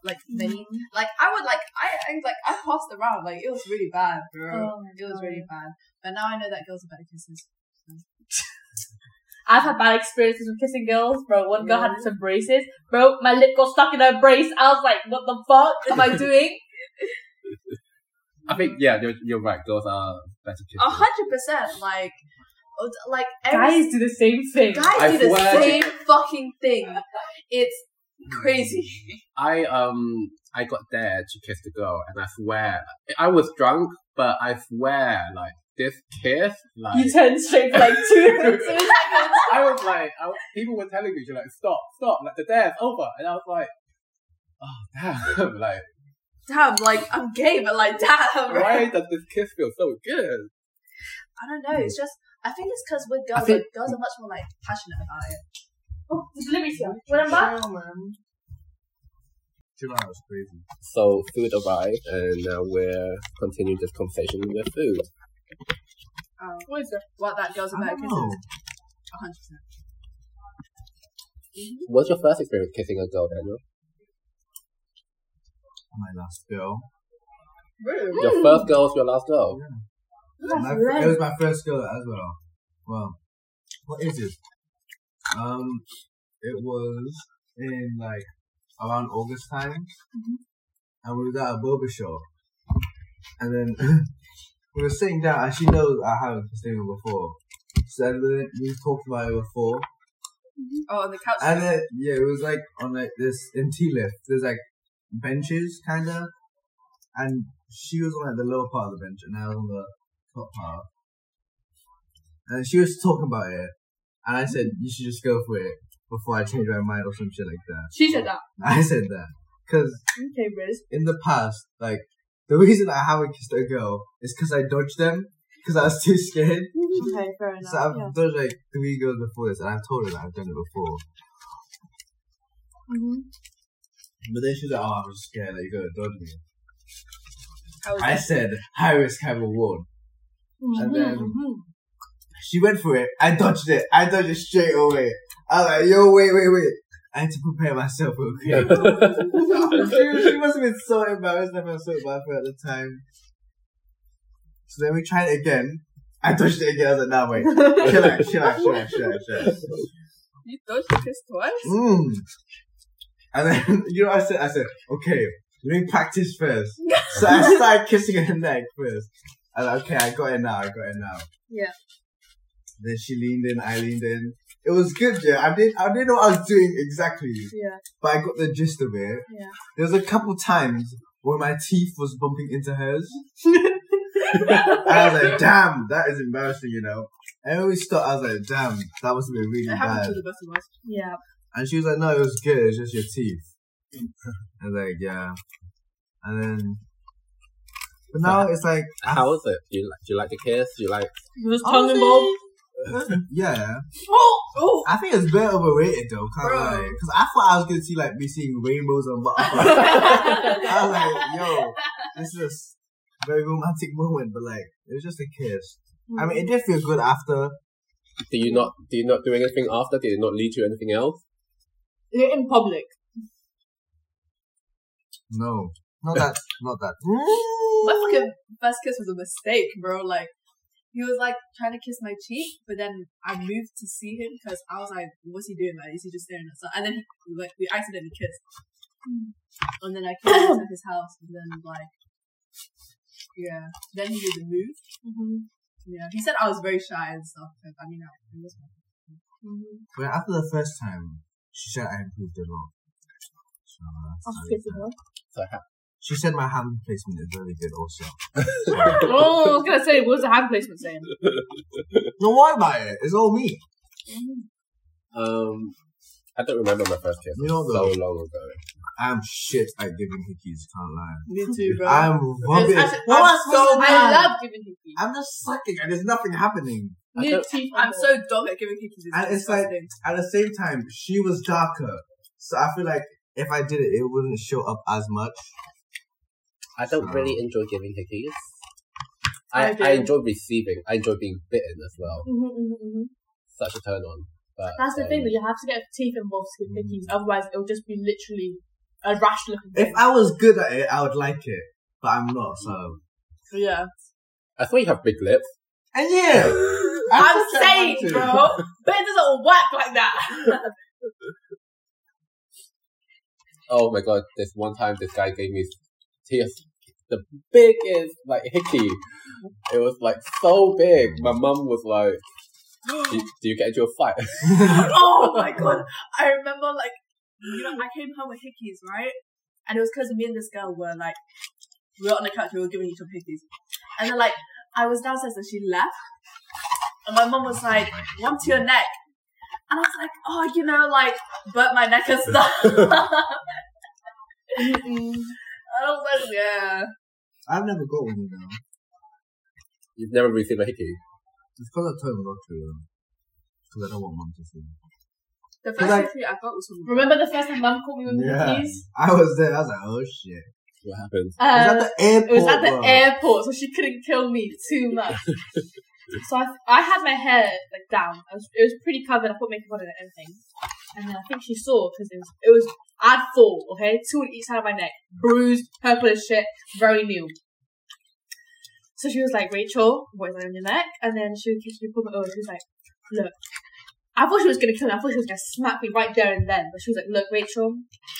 [SPEAKER 1] Like many,
[SPEAKER 3] Oh Mm-hmm.
[SPEAKER 1] like I would like I, I like I passed around. Like it was really bad, bro.
[SPEAKER 3] Oh my
[SPEAKER 1] it was
[SPEAKER 3] God.
[SPEAKER 1] really bad. But now I know that girls are better kisses.
[SPEAKER 3] I've had bad experiences with kissing girls, bro. One girl had
[SPEAKER 1] Really?
[SPEAKER 3] some braces, bro. My lip got stuck in her brace. I was like, "What the fuck am I doing?"
[SPEAKER 2] I think yeah, you're, you're right. Girls are better. kissers.
[SPEAKER 1] A hundred percent. Like, it's- like every
[SPEAKER 3] Guys do the same thing.
[SPEAKER 1] Guys
[SPEAKER 2] I
[SPEAKER 1] do the
[SPEAKER 2] swear to-
[SPEAKER 1] same fucking thing. It's crazy.
[SPEAKER 2] I um I got there to kiss the girl, and I swear I was drunk, but I swear like this kiss like.
[SPEAKER 3] You turn straight for like two. two seconds.
[SPEAKER 2] I was like, I was, people were telling me, "You're like, stop, stop, like the dare's over," and I was like, "Oh damn!" like,
[SPEAKER 1] Damn, like I'm gay, but like damn.
[SPEAKER 2] why does this kiss feel so good?
[SPEAKER 1] I don't know. It's just I think it's because with girls,
[SPEAKER 2] I think-
[SPEAKER 1] like, girls are much more like passionate about it.
[SPEAKER 3] Oh, let me see. When I'm back,
[SPEAKER 4] Chill, man. Chill out, it's crazy.
[SPEAKER 2] So food arrived, and now we're continuing this conversation with food.
[SPEAKER 1] Oh. What is that? What that girls are better
[SPEAKER 4] don't know.
[SPEAKER 1] kisses? A hundred percent.
[SPEAKER 2] What's your first experience kissing a girl, Daniel?
[SPEAKER 4] My last girl.
[SPEAKER 1] Really?
[SPEAKER 2] Your first girl was your last girl.
[SPEAKER 4] My, it was my first girl as well. Well, what is it? Um, it was in like around August time,
[SPEAKER 1] Mm-hmm.
[SPEAKER 4] and we were at a barber shop, and then we were sitting down. And she knows I haven't seen her before, so then we- we talked about it before,
[SPEAKER 1] Oh, on the couch.
[SPEAKER 4] and then yeah, it was like on like this in tea lift. There's like benches kind of, and she was on like the lower part of the bench, and I was on the top part. And she was talking about it, and I said you should just go for it before I change my mind or some shit like that.
[SPEAKER 3] She said that.
[SPEAKER 4] I said that because
[SPEAKER 3] Okay, Riz.
[SPEAKER 4] in the past, like the reason I haven't kissed a girl is because I dodged them because I was too scared.
[SPEAKER 1] Mm-hmm.
[SPEAKER 3] Okay, fair enough.
[SPEAKER 4] So I've
[SPEAKER 3] yeah.
[SPEAKER 4] dodged like three girls before this, and I've told her that I've done it before. But then she's like, "Oh, I'm just scared that you're gonna dodge me."
[SPEAKER 1] How was
[SPEAKER 4] I
[SPEAKER 1] it?
[SPEAKER 4] said, "High risk, high reward." And then
[SPEAKER 3] Mhm.
[SPEAKER 4] she went for it. I dodged it. I dodged it straight away. I was like, "Yo, wait, wait, wait." I had to prepare myself real quick. she, she must have been so embarrassed. I felt so bad for her at the time. So then we tried it again. I touched it again. I was like, nah, wait. Chill out, chill out, chill out, chill out, chill out.
[SPEAKER 1] You dodged the kiss twice?
[SPEAKER 4] Mm. And then, you know what I said? I said, okay, let me practice first. So I started kissing her neck first. I was like, okay, I got it now, I got it now.
[SPEAKER 3] Yeah.
[SPEAKER 4] Then she leaned in, I leaned in. It was good, yeah. I didn't, I didn't know what I was doing exactly
[SPEAKER 3] Yeah.
[SPEAKER 4] but I got the gist of it.
[SPEAKER 3] Yeah.
[SPEAKER 4] There was a couple times where my teeth was bumping into hers. and I was like, damn, that is embarrassing, you know. And when we stopped, I was like, damn, that must have been really
[SPEAKER 1] It happened
[SPEAKER 4] bad.
[SPEAKER 1] to the best of us.
[SPEAKER 3] Yeah.
[SPEAKER 4] And she was like, no, it was good, it's just your teeth. I was like, yeah. And then, but now it's like,
[SPEAKER 2] How was it? Do you, like- do you like the kiss? Do you like?
[SPEAKER 3] There was tongue
[SPEAKER 4] honestly,
[SPEAKER 3] involved.
[SPEAKER 4] yeah.
[SPEAKER 1] Oh! Oh!
[SPEAKER 4] I think it's a bit overrated though, can't
[SPEAKER 1] Bro.
[SPEAKER 4] lie. Because I thought I was going to see like be seeing rainbows and butterflies. I was like, yo, this is a very romantic moment, but like, it was just a kiss. I mean, it did feel good after.
[SPEAKER 2] Do you not? Do you not do anything after? Did it not lead to anything else?
[SPEAKER 3] in public.
[SPEAKER 4] No, not that, not that.
[SPEAKER 1] My fucking first kiss was a mistake, bro. Like, he was like trying to kiss my cheek, but then I moved to see him because I was like, what's he doing? Like, is he just staring at something? And then he, like, we accidentally kissed. And then I came into his house, and then, like, yeah. Then he did the move. Mm-hmm. Yeah. He said I was very shy and stuff. But, I mean, I, it was
[SPEAKER 4] But after the first time, she said I improved a lot. So, uh,
[SPEAKER 3] That's
[SPEAKER 4] sorry.
[SPEAKER 3] good to know.
[SPEAKER 2] So ha-
[SPEAKER 4] she said my hand placement is really good also.
[SPEAKER 3] Oh, I was gonna say, what was the hand placement saying?
[SPEAKER 4] Don't worry about it. It's all me.
[SPEAKER 1] Mm-hmm.
[SPEAKER 2] um, I don't remember my first kiss.
[SPEAKER 4] You know
[SPEAKER 2] so
[SPEAKER 4] though.
[SPEAKER 2] long ago.
[SPEAKER 4] I'm shit at giving hickeys, can't lie.
[SPEAKER 1] Me too, bro.
[SPEAKER 4] I'm rubbish.
[SPEAKER 3] actually-
[SPEAKER 4] What am I supposed to
[SPEAKER 1] so
[SPEAKER 4] do?
[SPEAKER 1] bad.
[SPEAKER 3] I love giving hickeys.
[SPEAKER 4] I'm just sucking and there's nothing happening.
[SPEAKER 2] I
[SPEAKER 3] New
[SPEAKER 2] don't-
[SPEAKER 3] teeth.
[SPEAKER 1] I'm so dog at giving kickies.
[SPEAKER 4] And it's like-
[SPEAKER 1] disgusting.
[SPEAKER 4] at the same time, she was darker. So I feel like if I did it, it wouldn't show up as much.
[SPEAKER 2] I don't
[SPEAKER 4] So-
[SPEAKER 2] really enjoy giving hickeys. I,
[SPEAKER 3] I do.
[SPEAKER 2] I, enjoy receiving. I enjoy being bitten as well.
[SPEAKER 3] Mhm, mhm,
[SPEAKER 1] Mm-hmm.
[SPEAKER 3] mhm.
[SPEAKER 2] Such a turn on. But
[SPEAKER 3] That's the
[SPEAKER 2] um,
[SPEAKER 3] thing, that you have to get teeth involved to give hickeys, otherwise it'll just be literally a rash looking
[SPEAKER 4] Mm. If
[SPEAKER 3] thing.
[SPEAKER 4] I was good at it, I would like it. But I'm not, so.
[SPEAKER 1] yeah.
[SPEAKER 2] um, I thought you have big lips.
[SPEAKER 4] And yeah!
[SPEAKER 3] I'm
[SPEAKER 4] just
[SPEAKER 3] saying,
[SPEAKER 4] trying not to.
[SPEAKER 3] bro, but it doesn't work like that.
[SPEAKER 2] Oh my god! This one time, this guy gave me tears. The biggest like hickey. It was like so big. My mum was like, do, "Do you get into a fight?"
[SPEAKER 1] oh my god! I remember like you know I came home with hickeys, right? And it was because me and this girl were like we were on the couch, we were giving each other hickeys, and then like I was downstairs and she left, and my mum was like, "One to your neck," and I was like, "Oh, you know, like burnt my neck and stuff." I Mm-hmm. was like, "Yeah."
[SPEAKER 4] I've never got one, you know.
[SPEAKER 2] You've never received a hickey.
[SPEAKER 4] It's because I told her not to, Because I don't want mom to see.
[SPEAKER 1] The
[SPEAKER 4] Cause
[SPEAKER 1] first
[SPEAKER 4] I-
[SPEAKER 1] hickey I got was from
[SPEAKER 3] Remember the first time mum caught me with
[SPEAKER 4] Yeah.
[SPEAKER 3] hickeys?
[SPEAKER 4] I was there, I was like, oh shit.
[SPEAKER 2] What happened?
[SPEAKER 4] It
[SPEAKER 3] Um,
[SPEAKER 4] was at the airport.
[SPEAKER 3] It was at the
[SPEAKER 4] bro.
[SPEAKER 3] airport, so she couldn't kill me too much. so I, I had my hair like down. I was, it was pretty covered. I put makeup on it and everything. And then I think she saw because it was it was I had four, okay, two on each side of my neck, bruised, purple as shit, very new. oh, So she was like, Rachel, what is that on your neck? And then she would catch me pull my over. She was like, Look, I thought she was gonna kill me. I thought she was gonna smack me right there and then. But she was like, "Look, Rachel,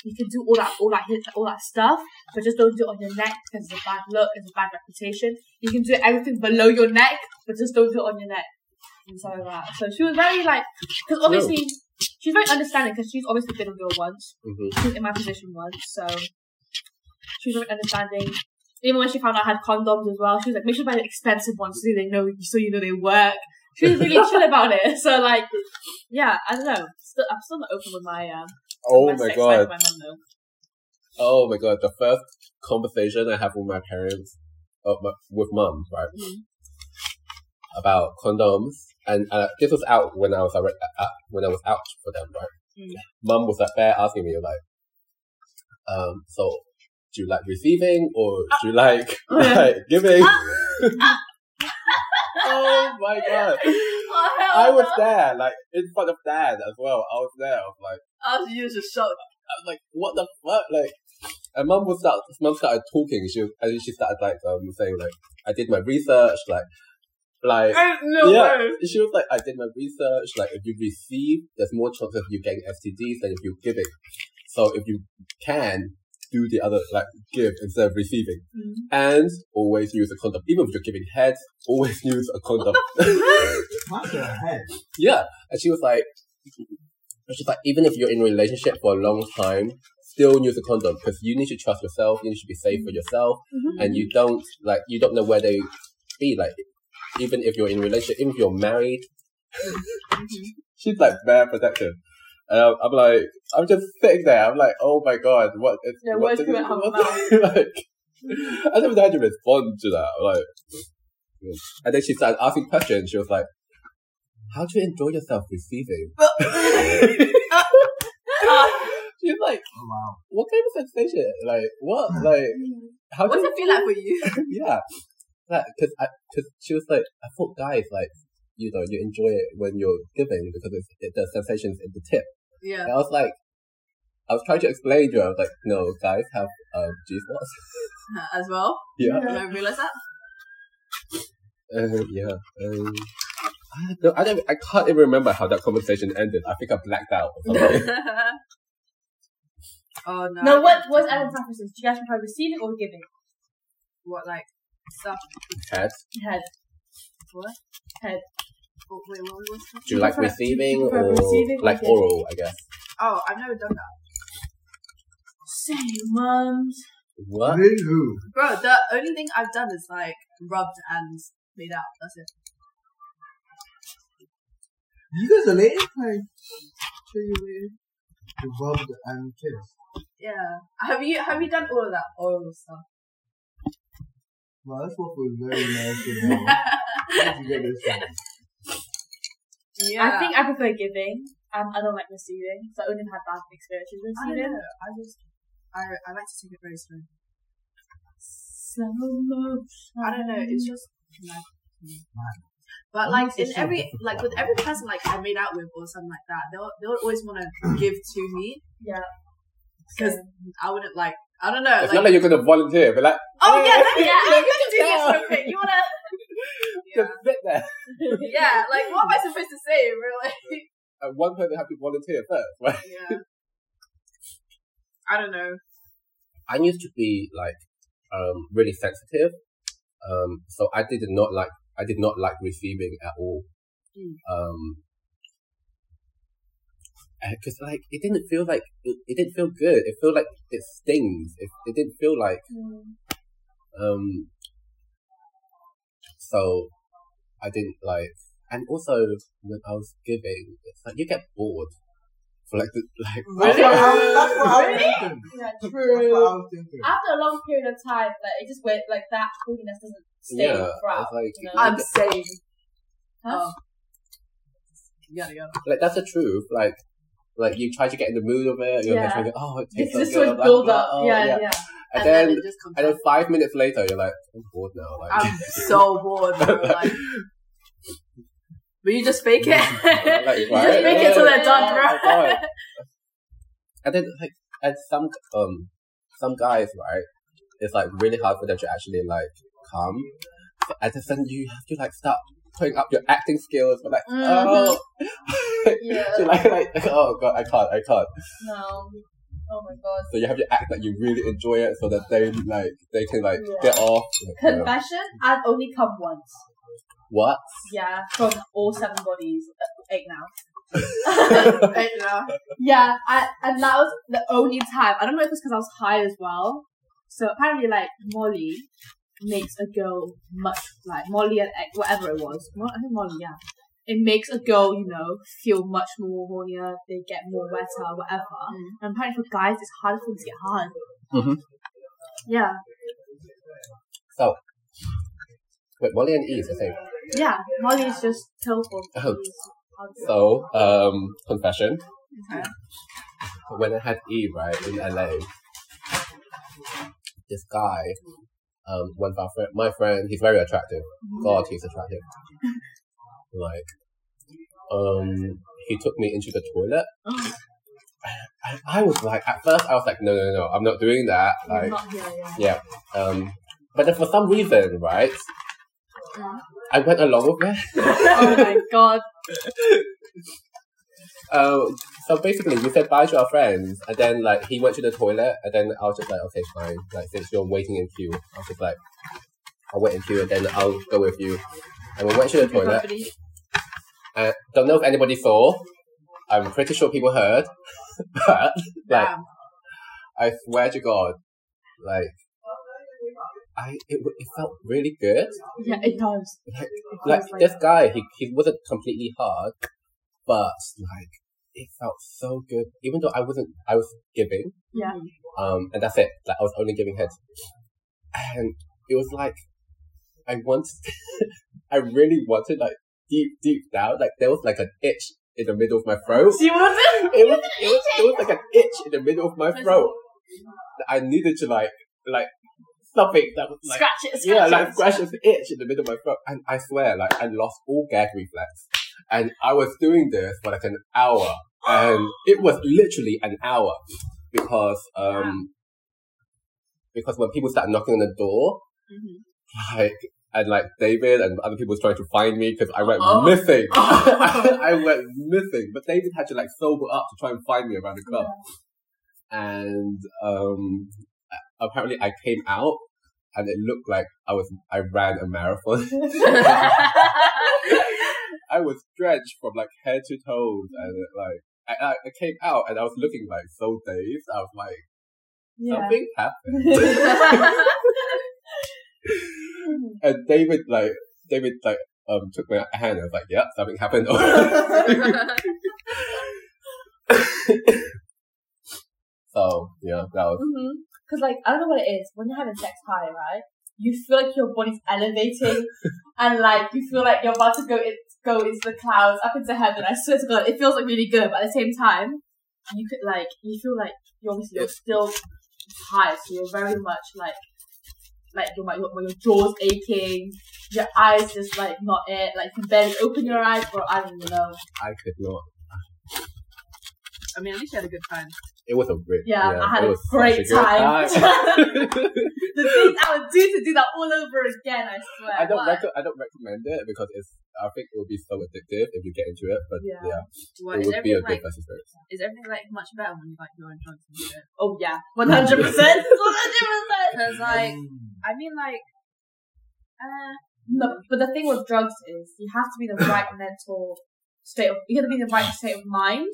[SPEAKER 3] you can do all that, all that, hit, all that stuff, but just don't do it on your neck because it's a bad look, it's a bad reputation. You can do everything below your neck, but just don't do it on your neck." And so like that. So she was very like, because obviously she's very understanding because she's obviously been on girl once.
[SPEAKER 2] Mm-hmm.
[SPEAKER 3] She was in my position once, so she was very understanding. Even when she found out I had condoms as well, she was like, "Make sure you buy the expensive ones so they know, so you know they work." She was really chill about it. So like, yeah, I don't know. Still, I'm still not open with my. Uh,
[SPEAKER 2] Oh
[SPEAKER 3] my,
[SPEAKER 2] my
[SPEAKER 3] sex
[SPEAKER 2] god.
[SPEAKER 3] life with my mum though.
[SPEAKER 2] Oh my god, the first conversation I have with my parents, uh, my, with mum, right,
[SPEAKER 3] Mhm.
[SPEAKER 1] Mm-hmm.
[SPEAKER 2] about condoms, and uh, this was out when I was already, uh, when I was out for them, right.
[SPEAKER 3] Mm.
[SPEAKER 2] Mum was like there asking me like, um, so do you like receiving or do you like,
[SPEAKER 1] Uh,
[SPEAKER 2] like giving? oh my god,
[SPEAKER 1] Oh, hell
[SPEAKER 2] I was
[SPEAKER 1] no.
[SPEAKER 2] there, like in front of dad as well. I was there, I was like.
[SPEAKER 1] I was you was just shocked.
[SPEAKER 2] I was like, what the fuck? Like, and mum was start, mum started talking. She was, and she started like um saying like, I did my research. Like, like
[SPEAKER 1] I no
[SPEAKER 2] yeah.
[SPEAKER 1] way.
[SPEAKER 2] She was like, I did my research. Like, if you receive, there's more chance of you getting STDs than if you give it. So if you can do the other, like give instead of receiving,
[SPEAKER 3] Mm.
[SPEAKER 2] and always use a condom. Even if you're giving head, always use a condom.
[SPEAKER 4] What the heck?
[SPEAKER 2] Yeah. And she was like, she's like, even if you're in a relationship for a long time, still use a condom because you need to trust yourself. You need to be safe for yourself,
[SPEAKER 3] Mhm.
[SPEAKER 2] and you don't like you don't know where they be. Like, even if you're in a relationship, even if you're married, she's like bare protective. And I'm, I'm like, I'm just sitting there. I'm like, oh my god, what? Is,
[SPEAKER 3] Yeah,
[SPEAKER 2] what
[SPEAKER 3] words
[SPEAKER 2] is-
[SPEAKER 3] come out of her
[SPEAKER 2] what's- like, I don't know how to respond to that. I'm like, yeah. and then she started asking questions. She was like, "How do you enjoy yourself receiving?" She's like,
[SPEAKER 4] Oh, wow.
[SPEAKER 2] what kind of sensation? Like, what? Like, how
[SPEAKER 1] What's
[SPEAKER 2] do
[SPEAKER 1] it feel like for you?
[SPEAKER 2] you, yeah. Like, cause, I, cause she was like, I thought guys, like, you know, you enjoy it when you're giving because it's, it, the sensation's in the tip.
[SPEAKER 1] Yeah.
[SPEAKER 2] And I was like, I was trying to explain to her, I was like, no, guys have, um, G spots.
[SPEAKER 1] As well.
[SPEAKER 2] Yeah.
[SPEAKER 1] Did I realize that?
[SPEAKER 2] Um, yeah. Um, I don't, I don't, I can't even remember how that conversation ended. I think I blacked out or something.
[SPEAKER 1] oh no.
[SPEAKER 3] Now, what was Adam preferences? Do you guys prefer receiving or giving?
[SPEAKER 1] What like stuff?
[SPEAKER 2] Ted,
[SPEAKER 3] Head.
[SPEAKER 1] What?
[SPEAKER 3] Head.
[SPEAKER 1] Oh, wait, what was that?
[SPEAKER 2] do you like
[SPEAKER 3] Prefer-
[SPEAKER 2] receiving
[SPEAKER 3] do you prefer
[SPEAKER 2] or
[SPEAKER 3] receiving or
[SPEAKER 2] like
[SPEAKER 3] giving?
[SPEAKER 2] oral, I guess?
[SPEAKER 1] Oh, I've never done that,
[SPEAKER 3] Same, mums.
[SPEAKER 2] What?
[SPEAKER 4] Really who?
[SPEAKER 1] bro. The only thing I've done is like rubbed and made out. That's it.
[SPEAKER 4] You guys are late? Like, show you weird. You rubbed and kissed.
[SPEAKER 1] Yeah. Have you have you done all of that oral stuff?
[SPEAKER 4] Wow, that's what was very American. now. Where did you get this from?
[SPEAKER 1] Yeah.
[SPEAKER 3] I think I prefer giving. Um, I don't like receiving, so I only had bad experiences with
[SPEAKER 1] I don't know.
[SPEAKER 3] receiving.
[SPEAKER 1] I just I I like to take it very slow.
[SPEAKER 3] So much.
[SPEAKER 1] I don't know. It's just like,
[SPEAKER 4] Right.
[SPEAKER 1] but
[SPEAKER 4] I'm
[SPEAKER 1] like
[SPEAKER 4] not so
[SPEAKER 1] in
[SPEAKER 4] sure.
[SPEAKER 1] every like with every person like I made out with or something like that, they'll they'll always want to give to me
[SPEAKER 3] yeah.
[SPEAKER 1] because
[SPEAKER 3] Same.
[SPEAKER 1] I wouldn't like I don't know.
[SPEAKER 2] It's
[SPEAKER 1] Like,
[SPEAKER 2] not like you're gonna volunteer, but like,
[SPEAKER 1] oh yeah, let me,
[SPEAKER 3] Yeah,
[SPEAKER 1] let me do this
[SPEAKER 2] down.
[SPEAKER 1] real quick. You wanna? Yeah.
[SPEAKER 2] just sit there.
[SPEAKER 1] yeah, like what am I supposed to say? Really?
[SPEAKER 2] And one person have to volunteer first, right?
[SPEAKER 1] yeah. I don't know.
[SPEAKER 2] I used to be like, um, really sensitive. Um, so I did not like, I did not like receiving at all.
[SPEAKER 1] Mm.
[SPEAKER 2] Um, because like it didn't feel like it, it didn't feel good. It felt like it stings. It, it didn't feel like
[SPEAKER 3] Mm.
[SPEAKER 2] um. So, I didn't like, and also when I was giving, it's like you get bored for like the like
[SPEAKER 4] That's what I- that's what I was
[SPEAKER 3] Really?
[SPEAKER 4] thinking.
[SPEAKER 3] Yeah.
[SPEAKER 4] That's what I was thinking.
[SPEAKER 3] After a long period of time, like it just went like that cooliness doesn't stay
[SPEAKER 2] Yeah,
[SPEAKER 3] throughout.
[SPEAKER 2] it's like-
[SPEAKER 3] you know?
[SPEAKER 1] I'm saying.
[SPEAKER 3] Huh?
[SPEAKER 1] Oh. Yada yada.
[SPEAKER 2] like that's the truth. Like, like you try to get in the mood of it. You're like,
[SPEAKER 3] Yeah.
[SPEAKER 2] trying to, oh, it
[SPEAKER 3] It's
[SPEAKER 2] tastes
[SPEAKER 3] just
[SPEAKER 2] so
[SPEAKER 3] sort
[SPEAKER 2] good.
[SPEAKER 3] of
[SPEAKER 2] blah,
[SPEAKER 3] build
[SPEAKER 2] blah,
[SPEAKER 3] up.
[SPEAKER 2] blah,
[SPEAKER 3] yeah,
[SPEAKER 2] yeah.
[SPEAKER 3] yeah.
[SPEAKER 2] And, then,
[SPEAKER 1] it just comes
[SPEAKER 2] and then
[SPEAKER 1] out.
[SPEAKER 2] five minutes later, you're like, I'm bored now. Like,
[SPEAKER 1] I'm so bored. Bro. Like, but you just fake it.
[SPEAKER 2] like,
[SPEAKER 1] You just make it till they're done,
[SPEAKER 2] Oh my
[SPEAKER 1] bro.
[SPEAKER 2] God. And then like, and some um, some guys, right? It's like really hard for them to actually like come. And then you have to like start putting up your acting skills, but like,
[SPEAKER 3] Mhm.
[SPEAKER 2] oh,
[SPEAKER 3] Yeah.
[SPEAKER 2] so like, like, oh god, I can't, I can't.
[SPEAKER 3] No. Oh my god.
[SPEAKER 2] So you have to act like you really enjoy it, so that they like they can like
[SPEAKER 3] Yeah.
[SPEAKER 2] get off. Like, you know,
[SPEAKER 3] Confession, I've only come once.
[SPEAKER 2] what?
[SPEAKER 3] Yeah, from all seven bodies. uh, Eight now.
[SPEAKER 1] Right now.
[SPEAKER 3] Yeah, I, and that was the only time. I don't know if it's because I was high as well. So apparently, like Molly makes a girl much like Molly and egg, whatever it was. Mo- I think Molly, yeah. It makes a girl, you know, feel much more hornier. They get more wetter, whatever. And apparently, for guys, it's harder for them to get hard.
[SPEAKER 2] Mhm.
[SPEAKER 3] Yeah,
[SPEAKER 2] Wait, Molly and Ease, E, I think.
[SPEAKER 3] yeah. Molly's just terrible.
[SPEAKER 2] Oh.
[SPEAKER 3] She's hard.
[SPEAKER 2] So, um, confession.
[SPEAKER 1] Okay.
[SPEAKER 2] When I had E right in LA, this guy, um, one of our friend, my friend, he's very attractive. God, he's attractive. like, um, he took me into the toilet. I, I was like, at first, I was like, no, no, no, I'm not doing that. Like,
[SPEAKER 3] not here, yeah.
[SPEAKER 2] um, but then for some reason, right,
[SPEAKER 3] Yeah.
[SPEAKER 2] I went along with it.
[SPEAKER 3] oh my god.
[SPEAKER 2] Um, so basically, we said bye to our friends, and then like he went to the toilet, and then I was just like, okay, fine. Like since you're waiting in queue, I was just like, I'll wait in queue, and then I'll go with you. And we went to the toilet.
[SPEAKER 3] Everybody-
[SPEAKER 2] And don't know if anybody saw. I'm pretty sure people heard, but like
[SPEAKER 1] Damn.
[SPEAKER 2] I swear to God, like I it, w- it felt really good.
[SPEAKER 3] Yeah, it does.
[SPEAKER 2] Like-
[SPEAKER 3] It
[SPEAKER 2] Like
[SPEAKER 3] does,
[SPEAKER 2] this guy, he he wasn't completely hard, but like it felt so good. Even though I wasn't, I was giving.
[SPEAKER 3] yeah.
[SPEAKER 2] Um, and that's it. Like I was only giving head, and it was like I wanted, I really wanted like deep, deep down. Like there was like an itch in the middle of my throat.
[SPEAKER 3] See what I'm
[SPEAKER 2] It was, it was, it was like an itch in the middle of my throat. that I needed to like, like something that was like,
[SPEAKER 3] scratch it, scratch
[SPEAKER 2] yeah,
[SPEAKER 3] it.
[SPEAKER 2] like scratch the itch in the middle of my throat. And I swear, like I lost all gag reflex, and I was doing this for like an hour, and it was literally an hour because um because when people started knocking on the door,
[SPEAKER 1] Mm-hmm.
[SPEAKER 3] Mhm.
[SPEAKER 2] like. And like David and other people trying to find me because I went
[SPEAKER 1] Oh.
[SPEAKER 2] missing. I went missing, but David had to like sober up to try and find me around the club. And um, apparently, I came out and it looked like I was I ran a marathon. I was drenched from like head to toes, and it, like I, I- I came out and I was looking like so dazed. I was like,
[SPEAKER 3] yeah.
[SPEAKER 2] something happened. and David like David like um took my hand and was like, "Yep, something happened." so yeah, that was
[SPEAKER 3] Because, Mm-hmm. like, I don't know what it is. When you're having sex high, right? You feel like your body's elevating and, like, you feel like you're about to go in, go into the clouds, up into heaven. I swear to God, it feels, like, really good. But at the same time, you could, like, you feel like you're obviously you're still high. So you're very much, like, like your, like, your, your jaw's aching, your eyes just like not it, like you can barely open your eyes, or I don't even know.
[SPEAKER 2] I could not.
[SPEAKER 1] I mean, at least you had a good time.
[SPEAKER 2] It was a great.
[SPEAKER 3] Yeah, I had
[SPEAKER 2] it
[SPEAKER 3] a
[SPEAKER 2] was such good
[SPEAKER 3] great time.
[SPEAKER 2] time.
[SPEAKER 3] The things I would do to do that all over again, I swear.
[SPEAKER 2] I don't
[SPEAKER 3] Like,
[SPEAKER 2] reco- I don't recommend it because it's. I think it will be so addictive if you get into it. But
[SPEAKER 3] Yeah.
[SPEAKER 2] yeah,
[SPEAKER 1] What, is
[SPEAKER 2] it would be a
[SPEAKER 1] everything
[SPEAKER 2] good
[SPEAKER 1] like?
[SPEAKER 2] first experience.
[SPEAKER 1] Is everything like much better when you like you're on drugs and shit?
[SPEAKER 3] Oh yeah, one hundred percent, one hundred percent.
[SPEAKER 1] Because like, I mean, like, uh,
[SPEAKER 3] No, but the thing with drugs is you have to be in the right mental state of you have to be in the right state of mind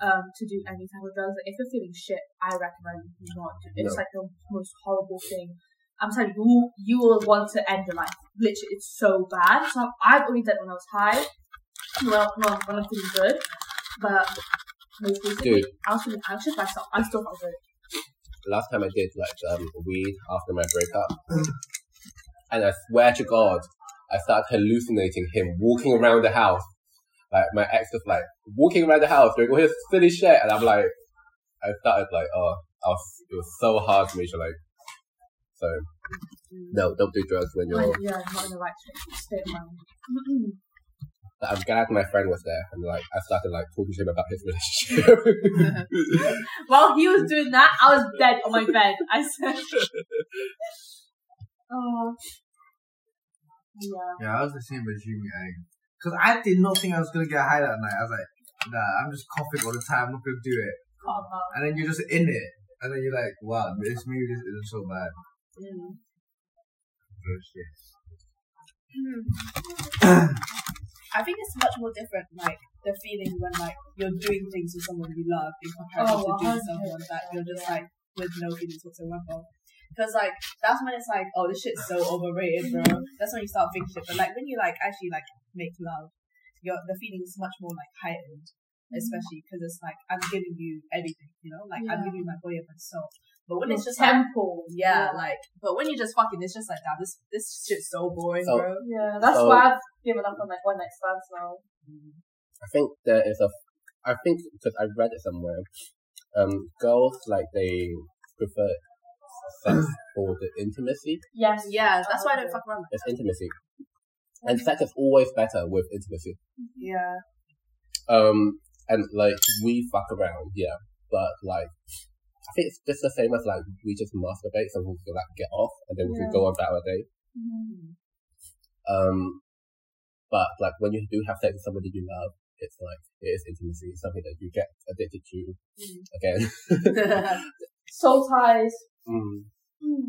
[SPEAKER 3] um to do any type of drugs. Like, if you're feeling shit, I recommend you not. do it.
[SPEAKER 2] No.
[SPEAKER 3] It's like the most horrible thing. I'm telling you, you, you will want to end your life. Literally, it's so bad. So I've only done it when I was high, when I- when I- when I'm feeling good, but. most recently,
[SPEAKER 2] Dude.
[SPEAKER 3] I was feeling anxious myself. I still felt good.
[SPEAKER 2] Last time I did like um weed after my breakup, and I swear to God, I started hallucinating him walking around the house. Like my ex was like walking around the house doing all his silly shit, and I'm like, I started like, oh, I was, it was so hard for me to like. So no, don't do drugs when you're
[SPEAKER 3] Like, yeah, I'm not in the right state- state of mind.
[SPEAKER 2] But I'm glad my friend was there and like I started like talking to him about his relationship.
[SPEAKER 3] While he was doing that, I was dead on my bed. I said. oh. Yeah.
[SPEAKER 4] Yeah, I was the same, but it's really angry. Because I did not think I was going to get high that night. I was like, nah, I'm just coughing all the time. I'm not going to do it.
[SPEAKER 3] Calm down.
[SPEAKER 4] And then you're just in it. And then you're like, wow, this maybe this isn't so bad.
[SPEAKER 3] Mm.
[SPEAKER 4] Oh, shit.
[SPEAKER 1] I think it's much more different, like the feeling when like you're doing things with someone you love in comparison
[SPEAKER 3] Oh,
[SPEAKER 1] to doing
[SPEAKER 3] 100%.
[SPEAKER 1] someone that you're just like with no feelings whatsoever. Because like that's when it's like, oh, this shit's so overrated, bro. That's when you start thinking shit. But like when you like actually like make love, your the feeling's much more like heightened,
[SPEAKER 3] Mm-hmm.
[SPEAKER 1] especially because it's like I'm giving you everything, you know, like I'm
[SPEAKER 3] Yeah.
[SPEAKER 1] giving you my body and my soul. But when
[SPEAKER 3] Your
[SPEAKER 1] it's just like,
[SPEAKER 3] temple.
[SPEAKER 1] yeah, like, but when you're just fucking, it's just like, damn, this this shit's so boring,
[SPEAKER 2] So-
[SPEAKER 1] bro.
[SPEAKER 3] Yeah, that's
[SPEAKER 2] So-
[SPEAKER 3] why I've given up on like one night stands now.
[SPEAKER 2] I think there is a, I think because I read it somewhere, um, girls like they prefer sex for the intimacy.
[SPEAKER 3] Yes.
[SPEAKER 1] Yeah, that's why I don't fuck around.
[SPEAKER 2] It's intimacy, and sex is always better with intimacy.
[SPEAKER 1] Yeah.
[SPEAKER 2] Um, and like we fuck around, yeah, but like. I think it's just the same as like we just masturbate, so we can like get off, and then we can
[SPEAKER 3] Yeah.
[SPEAKER 2] go on about our day.
[SPEAKER 3] Mm-hmm.
[SPEAKER 2] Um, but like when you do have sex with somebody you love, it's like it is intimacy. It's something that you get addicted to
[SPEAKER 1] Mm.
[SPEAKER 2] again.
[SPEAKER 3] Soul ties.
[SPEAKER 2] Mm.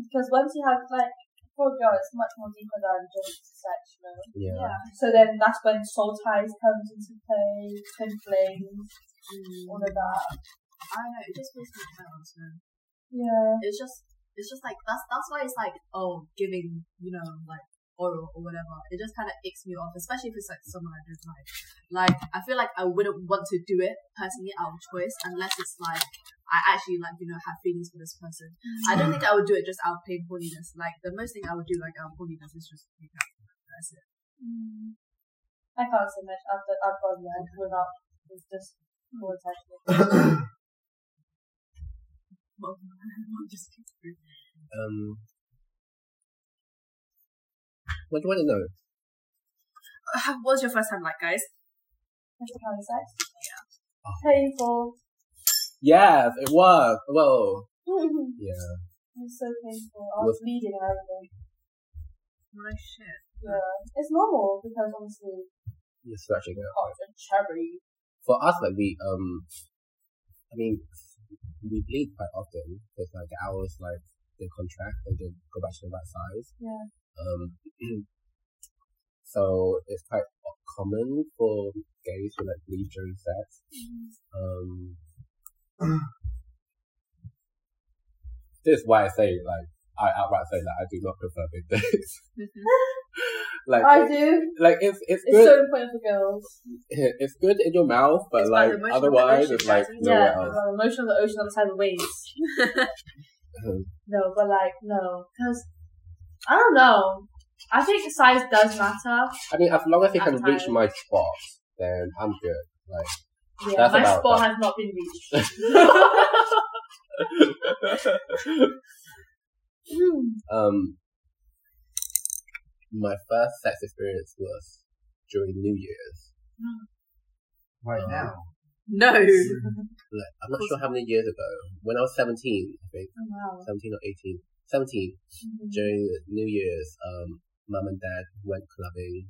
[SPEAKER 3] Because once you have like for a girl, it's much more deeper than just sex, you know.
[SPEAKER 2] Yeah.
[SPEAKER 1] Yeah.
[SPEAKER 3] So then that's when soul ties comes into play, twin flames, all of that.
[SPEAKER 1] I don't know. It just makes me nervous, man.
[SPEAKER 3] Yeah.
[SPEAKER 1] It's just, it's just like that's that's why it's like oh, giving you know like oral or whatever. It just kind of icks me off, especially if it's like someone I don't like. Like I feel like I wouldn't want to do it personally out of choice unless it's like I actually like you know have feelings for this person. I don't think I would do it just out of plain horniness. Like the most thing I would do like out of horniness is just make out. That's it.
[SPEAKER 3] Mm. I can't so much. I've done, I've gone there without it's just more attention.
[SPEAKER 1] Well, I'm just kidding.
[SPEAKER 2] Um. What do you want to know?
[SPEAKER 1] How- What was your first time like, guys?
[SPEAKER 3] That's kind of sex.
[SPEAKER 2] Oh.
[SPEAKER 3] Painful.
[SPEAKER 2] Yes, it was. Whoa.
[SPEAKER 3] it
[SPEAKER 2] Yeah.
[SPEAKER 3] was so painful. I was bleeding and everything.
[SPEAKER 1] My shit.
[SPEAKER 3] Yeah. It's normal because obviously
[SPEAKER 2] You're stretching it.
[SPEAKER 3] hot and cherry.
[SPEAKER 2] For us, like we um, I mean, we bleed quite often because like the hours like they contract and they go back to the right size.
[SPEAKER 3] Yeah.
[SPEAKER 2] Um, so it's quite common for gays to like bleed during sex.
[SPEAKER 3] Mm-hmm.
[SPEAKER 2] Um, this is why I say like I outright say that I do not prefer big dicks. like
[SPEAKER 3] Mm-hmm. I
[SPEAKER 2] it-
[SPEAKER 3] do.
[SPEAKER 2] like it's it's
[SPEAKER 3] It's
[SPEAKER 2] good
[SPEAKER 3] so important for girls.
[SPEAKER 2] it's good in your mouth, but
[SPEAKER 1] It's
[SPEAKER 2] like
[SPEAKER 1] like the motion of the
[SPEAKER 2] otherwise
[SPEAKER 1] ocean,
[SPEAKER 2] it's like
[SPEAKER 1] right?
[SPEAKER 2] nowhere
[SPEAKER 3] yeah,
[SPEAKER 2] else.
[SPEAKER 3] well, emotion of the ocean on the side of waves. No, but like no, because I don't know. I think size does matter.
[SPEAKER 2] I mean, as long as it can
[SPEAKER 3] That's
[SPEAKER 2] reach
[SPEAKER 3] tight.
[SPEAKER 2] my spot, then I'm good. Like
[SPEAKER 3] Yeah,
[SPEAKER 2] That's
[SPEAKER 3] my
[SPEAKER 2] about
[SPEAKER 3] spot
[SPEAKER 2] that.
[SPEAKER 3] has not been reached. Hmm.
[SPEAKER 2] um, my first sex experience was during New Year's. Um,
[SPEAKER 4] Right now.
[SPEAKER 1] No.
[SPEAKER 2] Like, I'm not sure how many years ago. When I was 17, I think
[SPEAKER 3] Oh, wow.
[SPEAKER 2] 17 or 18, 17.
[SPEAKER 4] Mm-hmm.
[SPEAKER 2] during New Year's, um, mum and dad went clubbing.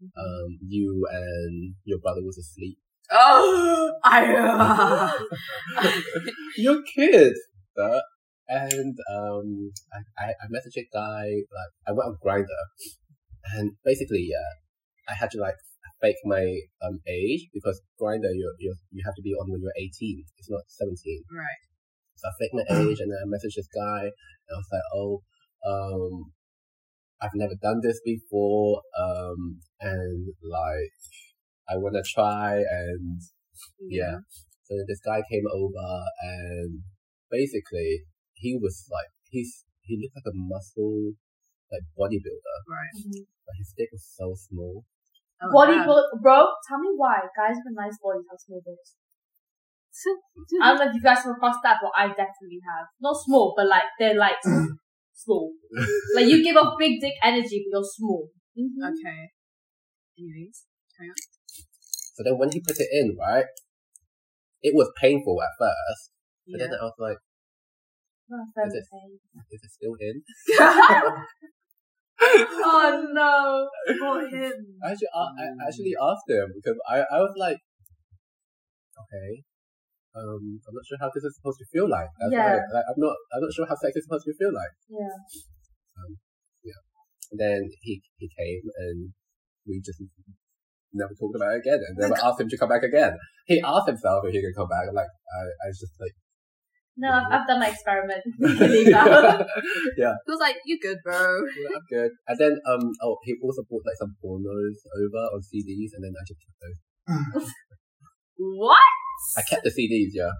[SPEAKER 4] Mm-hmm.
[SPEAKER 2] Um, you and your brother was asleep.
[SPEAKER 1] Oh, I. uh,
[SPEAKER 2] Your kid, uh, and um, I, I, I messaged a guy like I went on Grinder, and basically, yeah, I had to like fake my um age because Grinder you you you have to be on when you're eighteen. It's not seventeen.
[SPEAKER 1] Right.
[SPEAKER 2] So I faked my age and then I messaged this guy and I was like, oh, um, I've never done this before. Um, and like, I want to try and yeah. So this guy came over and basically he was like, he's, he looked like a muscle, like bodybuilder,
[SPEAKER 1] Right.
[SPEAKER 3] Mhm.
[SPEAKER 2] but his dick was so small.
[SPEAKER 1] Oh,
[SPEAKER 3] Body,
[SPEAKER 1] damn.
[SPEAKER 3] build- bro, tell me why guys with nice bodies have small dicks. I don't know if you guys come across that, but I definitely have. Not small, but like they're like small. Like you give off big dick energy, but you're small.
[SPEAKER 1] Okay. Anyways.
[SPEAKER 2] So then when he put it in, right, it was painful at first, but
[SPEAKER 1] Yeah.
[SPEAKER 2] then I was like,
[SPEAKER 3] That's
[SPEAKER 2] Is it-
[SPEAKER 3] everything.
[SPEAKER 2] is it still in?
[SPEAKER 3] Oh no.
[SPEAKER 1] Not him.
[SPEAKER 2] I actually, a- I actually asked him because I, I was like, okay, um, I'm not sure how this is supposed to feel like. That's
[SPEAKER 3] Yeah.
[SPEAKER 2] why- like, I'm not, I'm not sure how sex is supposed to feel like.
[SPEAKER 3] Yeah.
[SPEAKER 2] And then he he came and we just never talked about it again and never asked him to come back again. He asked himself if he could come back. I'm like, I, I was just like,
[SPEAKER 3] No, I've, I've done my experiment. Leave now.
[SPEAKER 1] He was like, "You good, bro?"
[SPEAKER 2] yeah, I'm good. And then, um, oh, he also bought like some pornos over on CDs and then I just took those.
[SPEAKER 1] What?
[SPEAKER 2] I kept the CDs, yeah.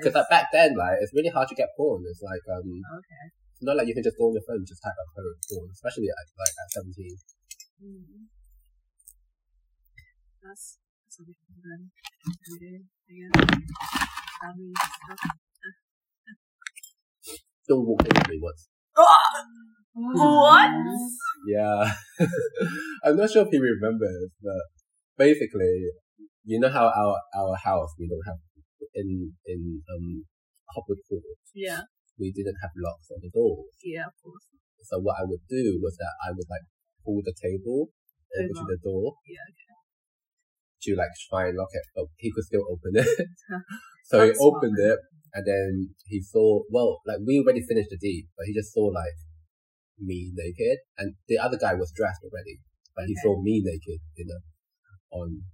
[SPEAKER 2] Because
[SPEAKER 1] Nice.
[SPEAKER 2] like back then, like it's really hard to get porn. It's like um,
[SPEAKER 1] Okay.
[SPEAKER 2] it's not like you can just go on your phone and just type up porn, porn especially at like at seventeen.
[SPEAKER 1] Mm. That's that's what we can do then. Every day, I guess. Family stuff.
[SPEAKER 2] Don't walk in with me once.
[SPEAKER 1] What?
[SPEAKER 2] Yeah, I'm not sure if he remembers, but basically, you know how our our house we don't have in in um Hopwood Court
[SPEAKER 1] Yeah.
[SPEAKER 2] we didn't have locks on the door.
[SPEAKER 1] Yeah. Of course.
[SPEAKER 2] So what I would do was that I would like pull the table over to
[SPEAKER 1] Over.
[SPEAKER 2] the door.
[SPEAKER 1] Yeah,
[SPEAKER 2] To like try and lock it, but he could still open it.
[SPEAKER 1] Huh.
[SPEAKER 2] so he
[SPEAKER 1] That's smart.
[SPEAKER 2] opened it, and then he saw. Well, like we already finished the deed, but he just saw like me naked, and the other guy was dressed already, but he
[SPEAKER 1] Okay.
[SPEAKER 2] saw me naked, you know, on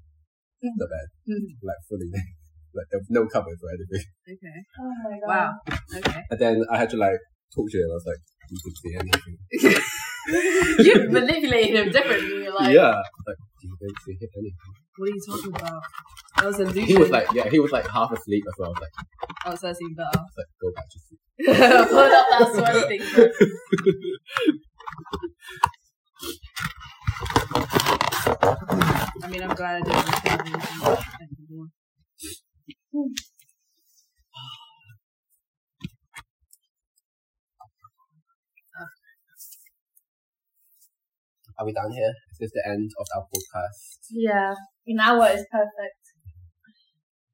[SPEAKER 2] the bed,
[SPEAKER 1] Mhm.
[SPEAKER 2] like fully naked, like there was no covers or anything.
[SPEAKER 1] Okay.
[SPEAKER 3] Oh my god.
[SPEAKER 1] Wow. Okay.
[SPEAKER 2] And then I had to like talk to him. I was like, "You can see anything."
[SPEAKER 1] you manipulated him differently. You're like,
[SPEAKER 2] yeah. Like, do you think see anything?
[SPEAKER 1] what are you talking about? That was illusion.
[SPEAKER 2] He was like, yeah, he was like half asleep as well. I was like,
[SPEAKER 1] oh, so that's even better.
[SPEAKER 2] I was like go back to sleep.
[SPEAKER 1] Pull up that sweat thing. bro. I mean, I'm glad I didn't have to do anything anymore.
[SPEAKER 2] Are we done here? Is this the end of our podcast?
[SPEAKER 3] Yeah. An hour is perfect.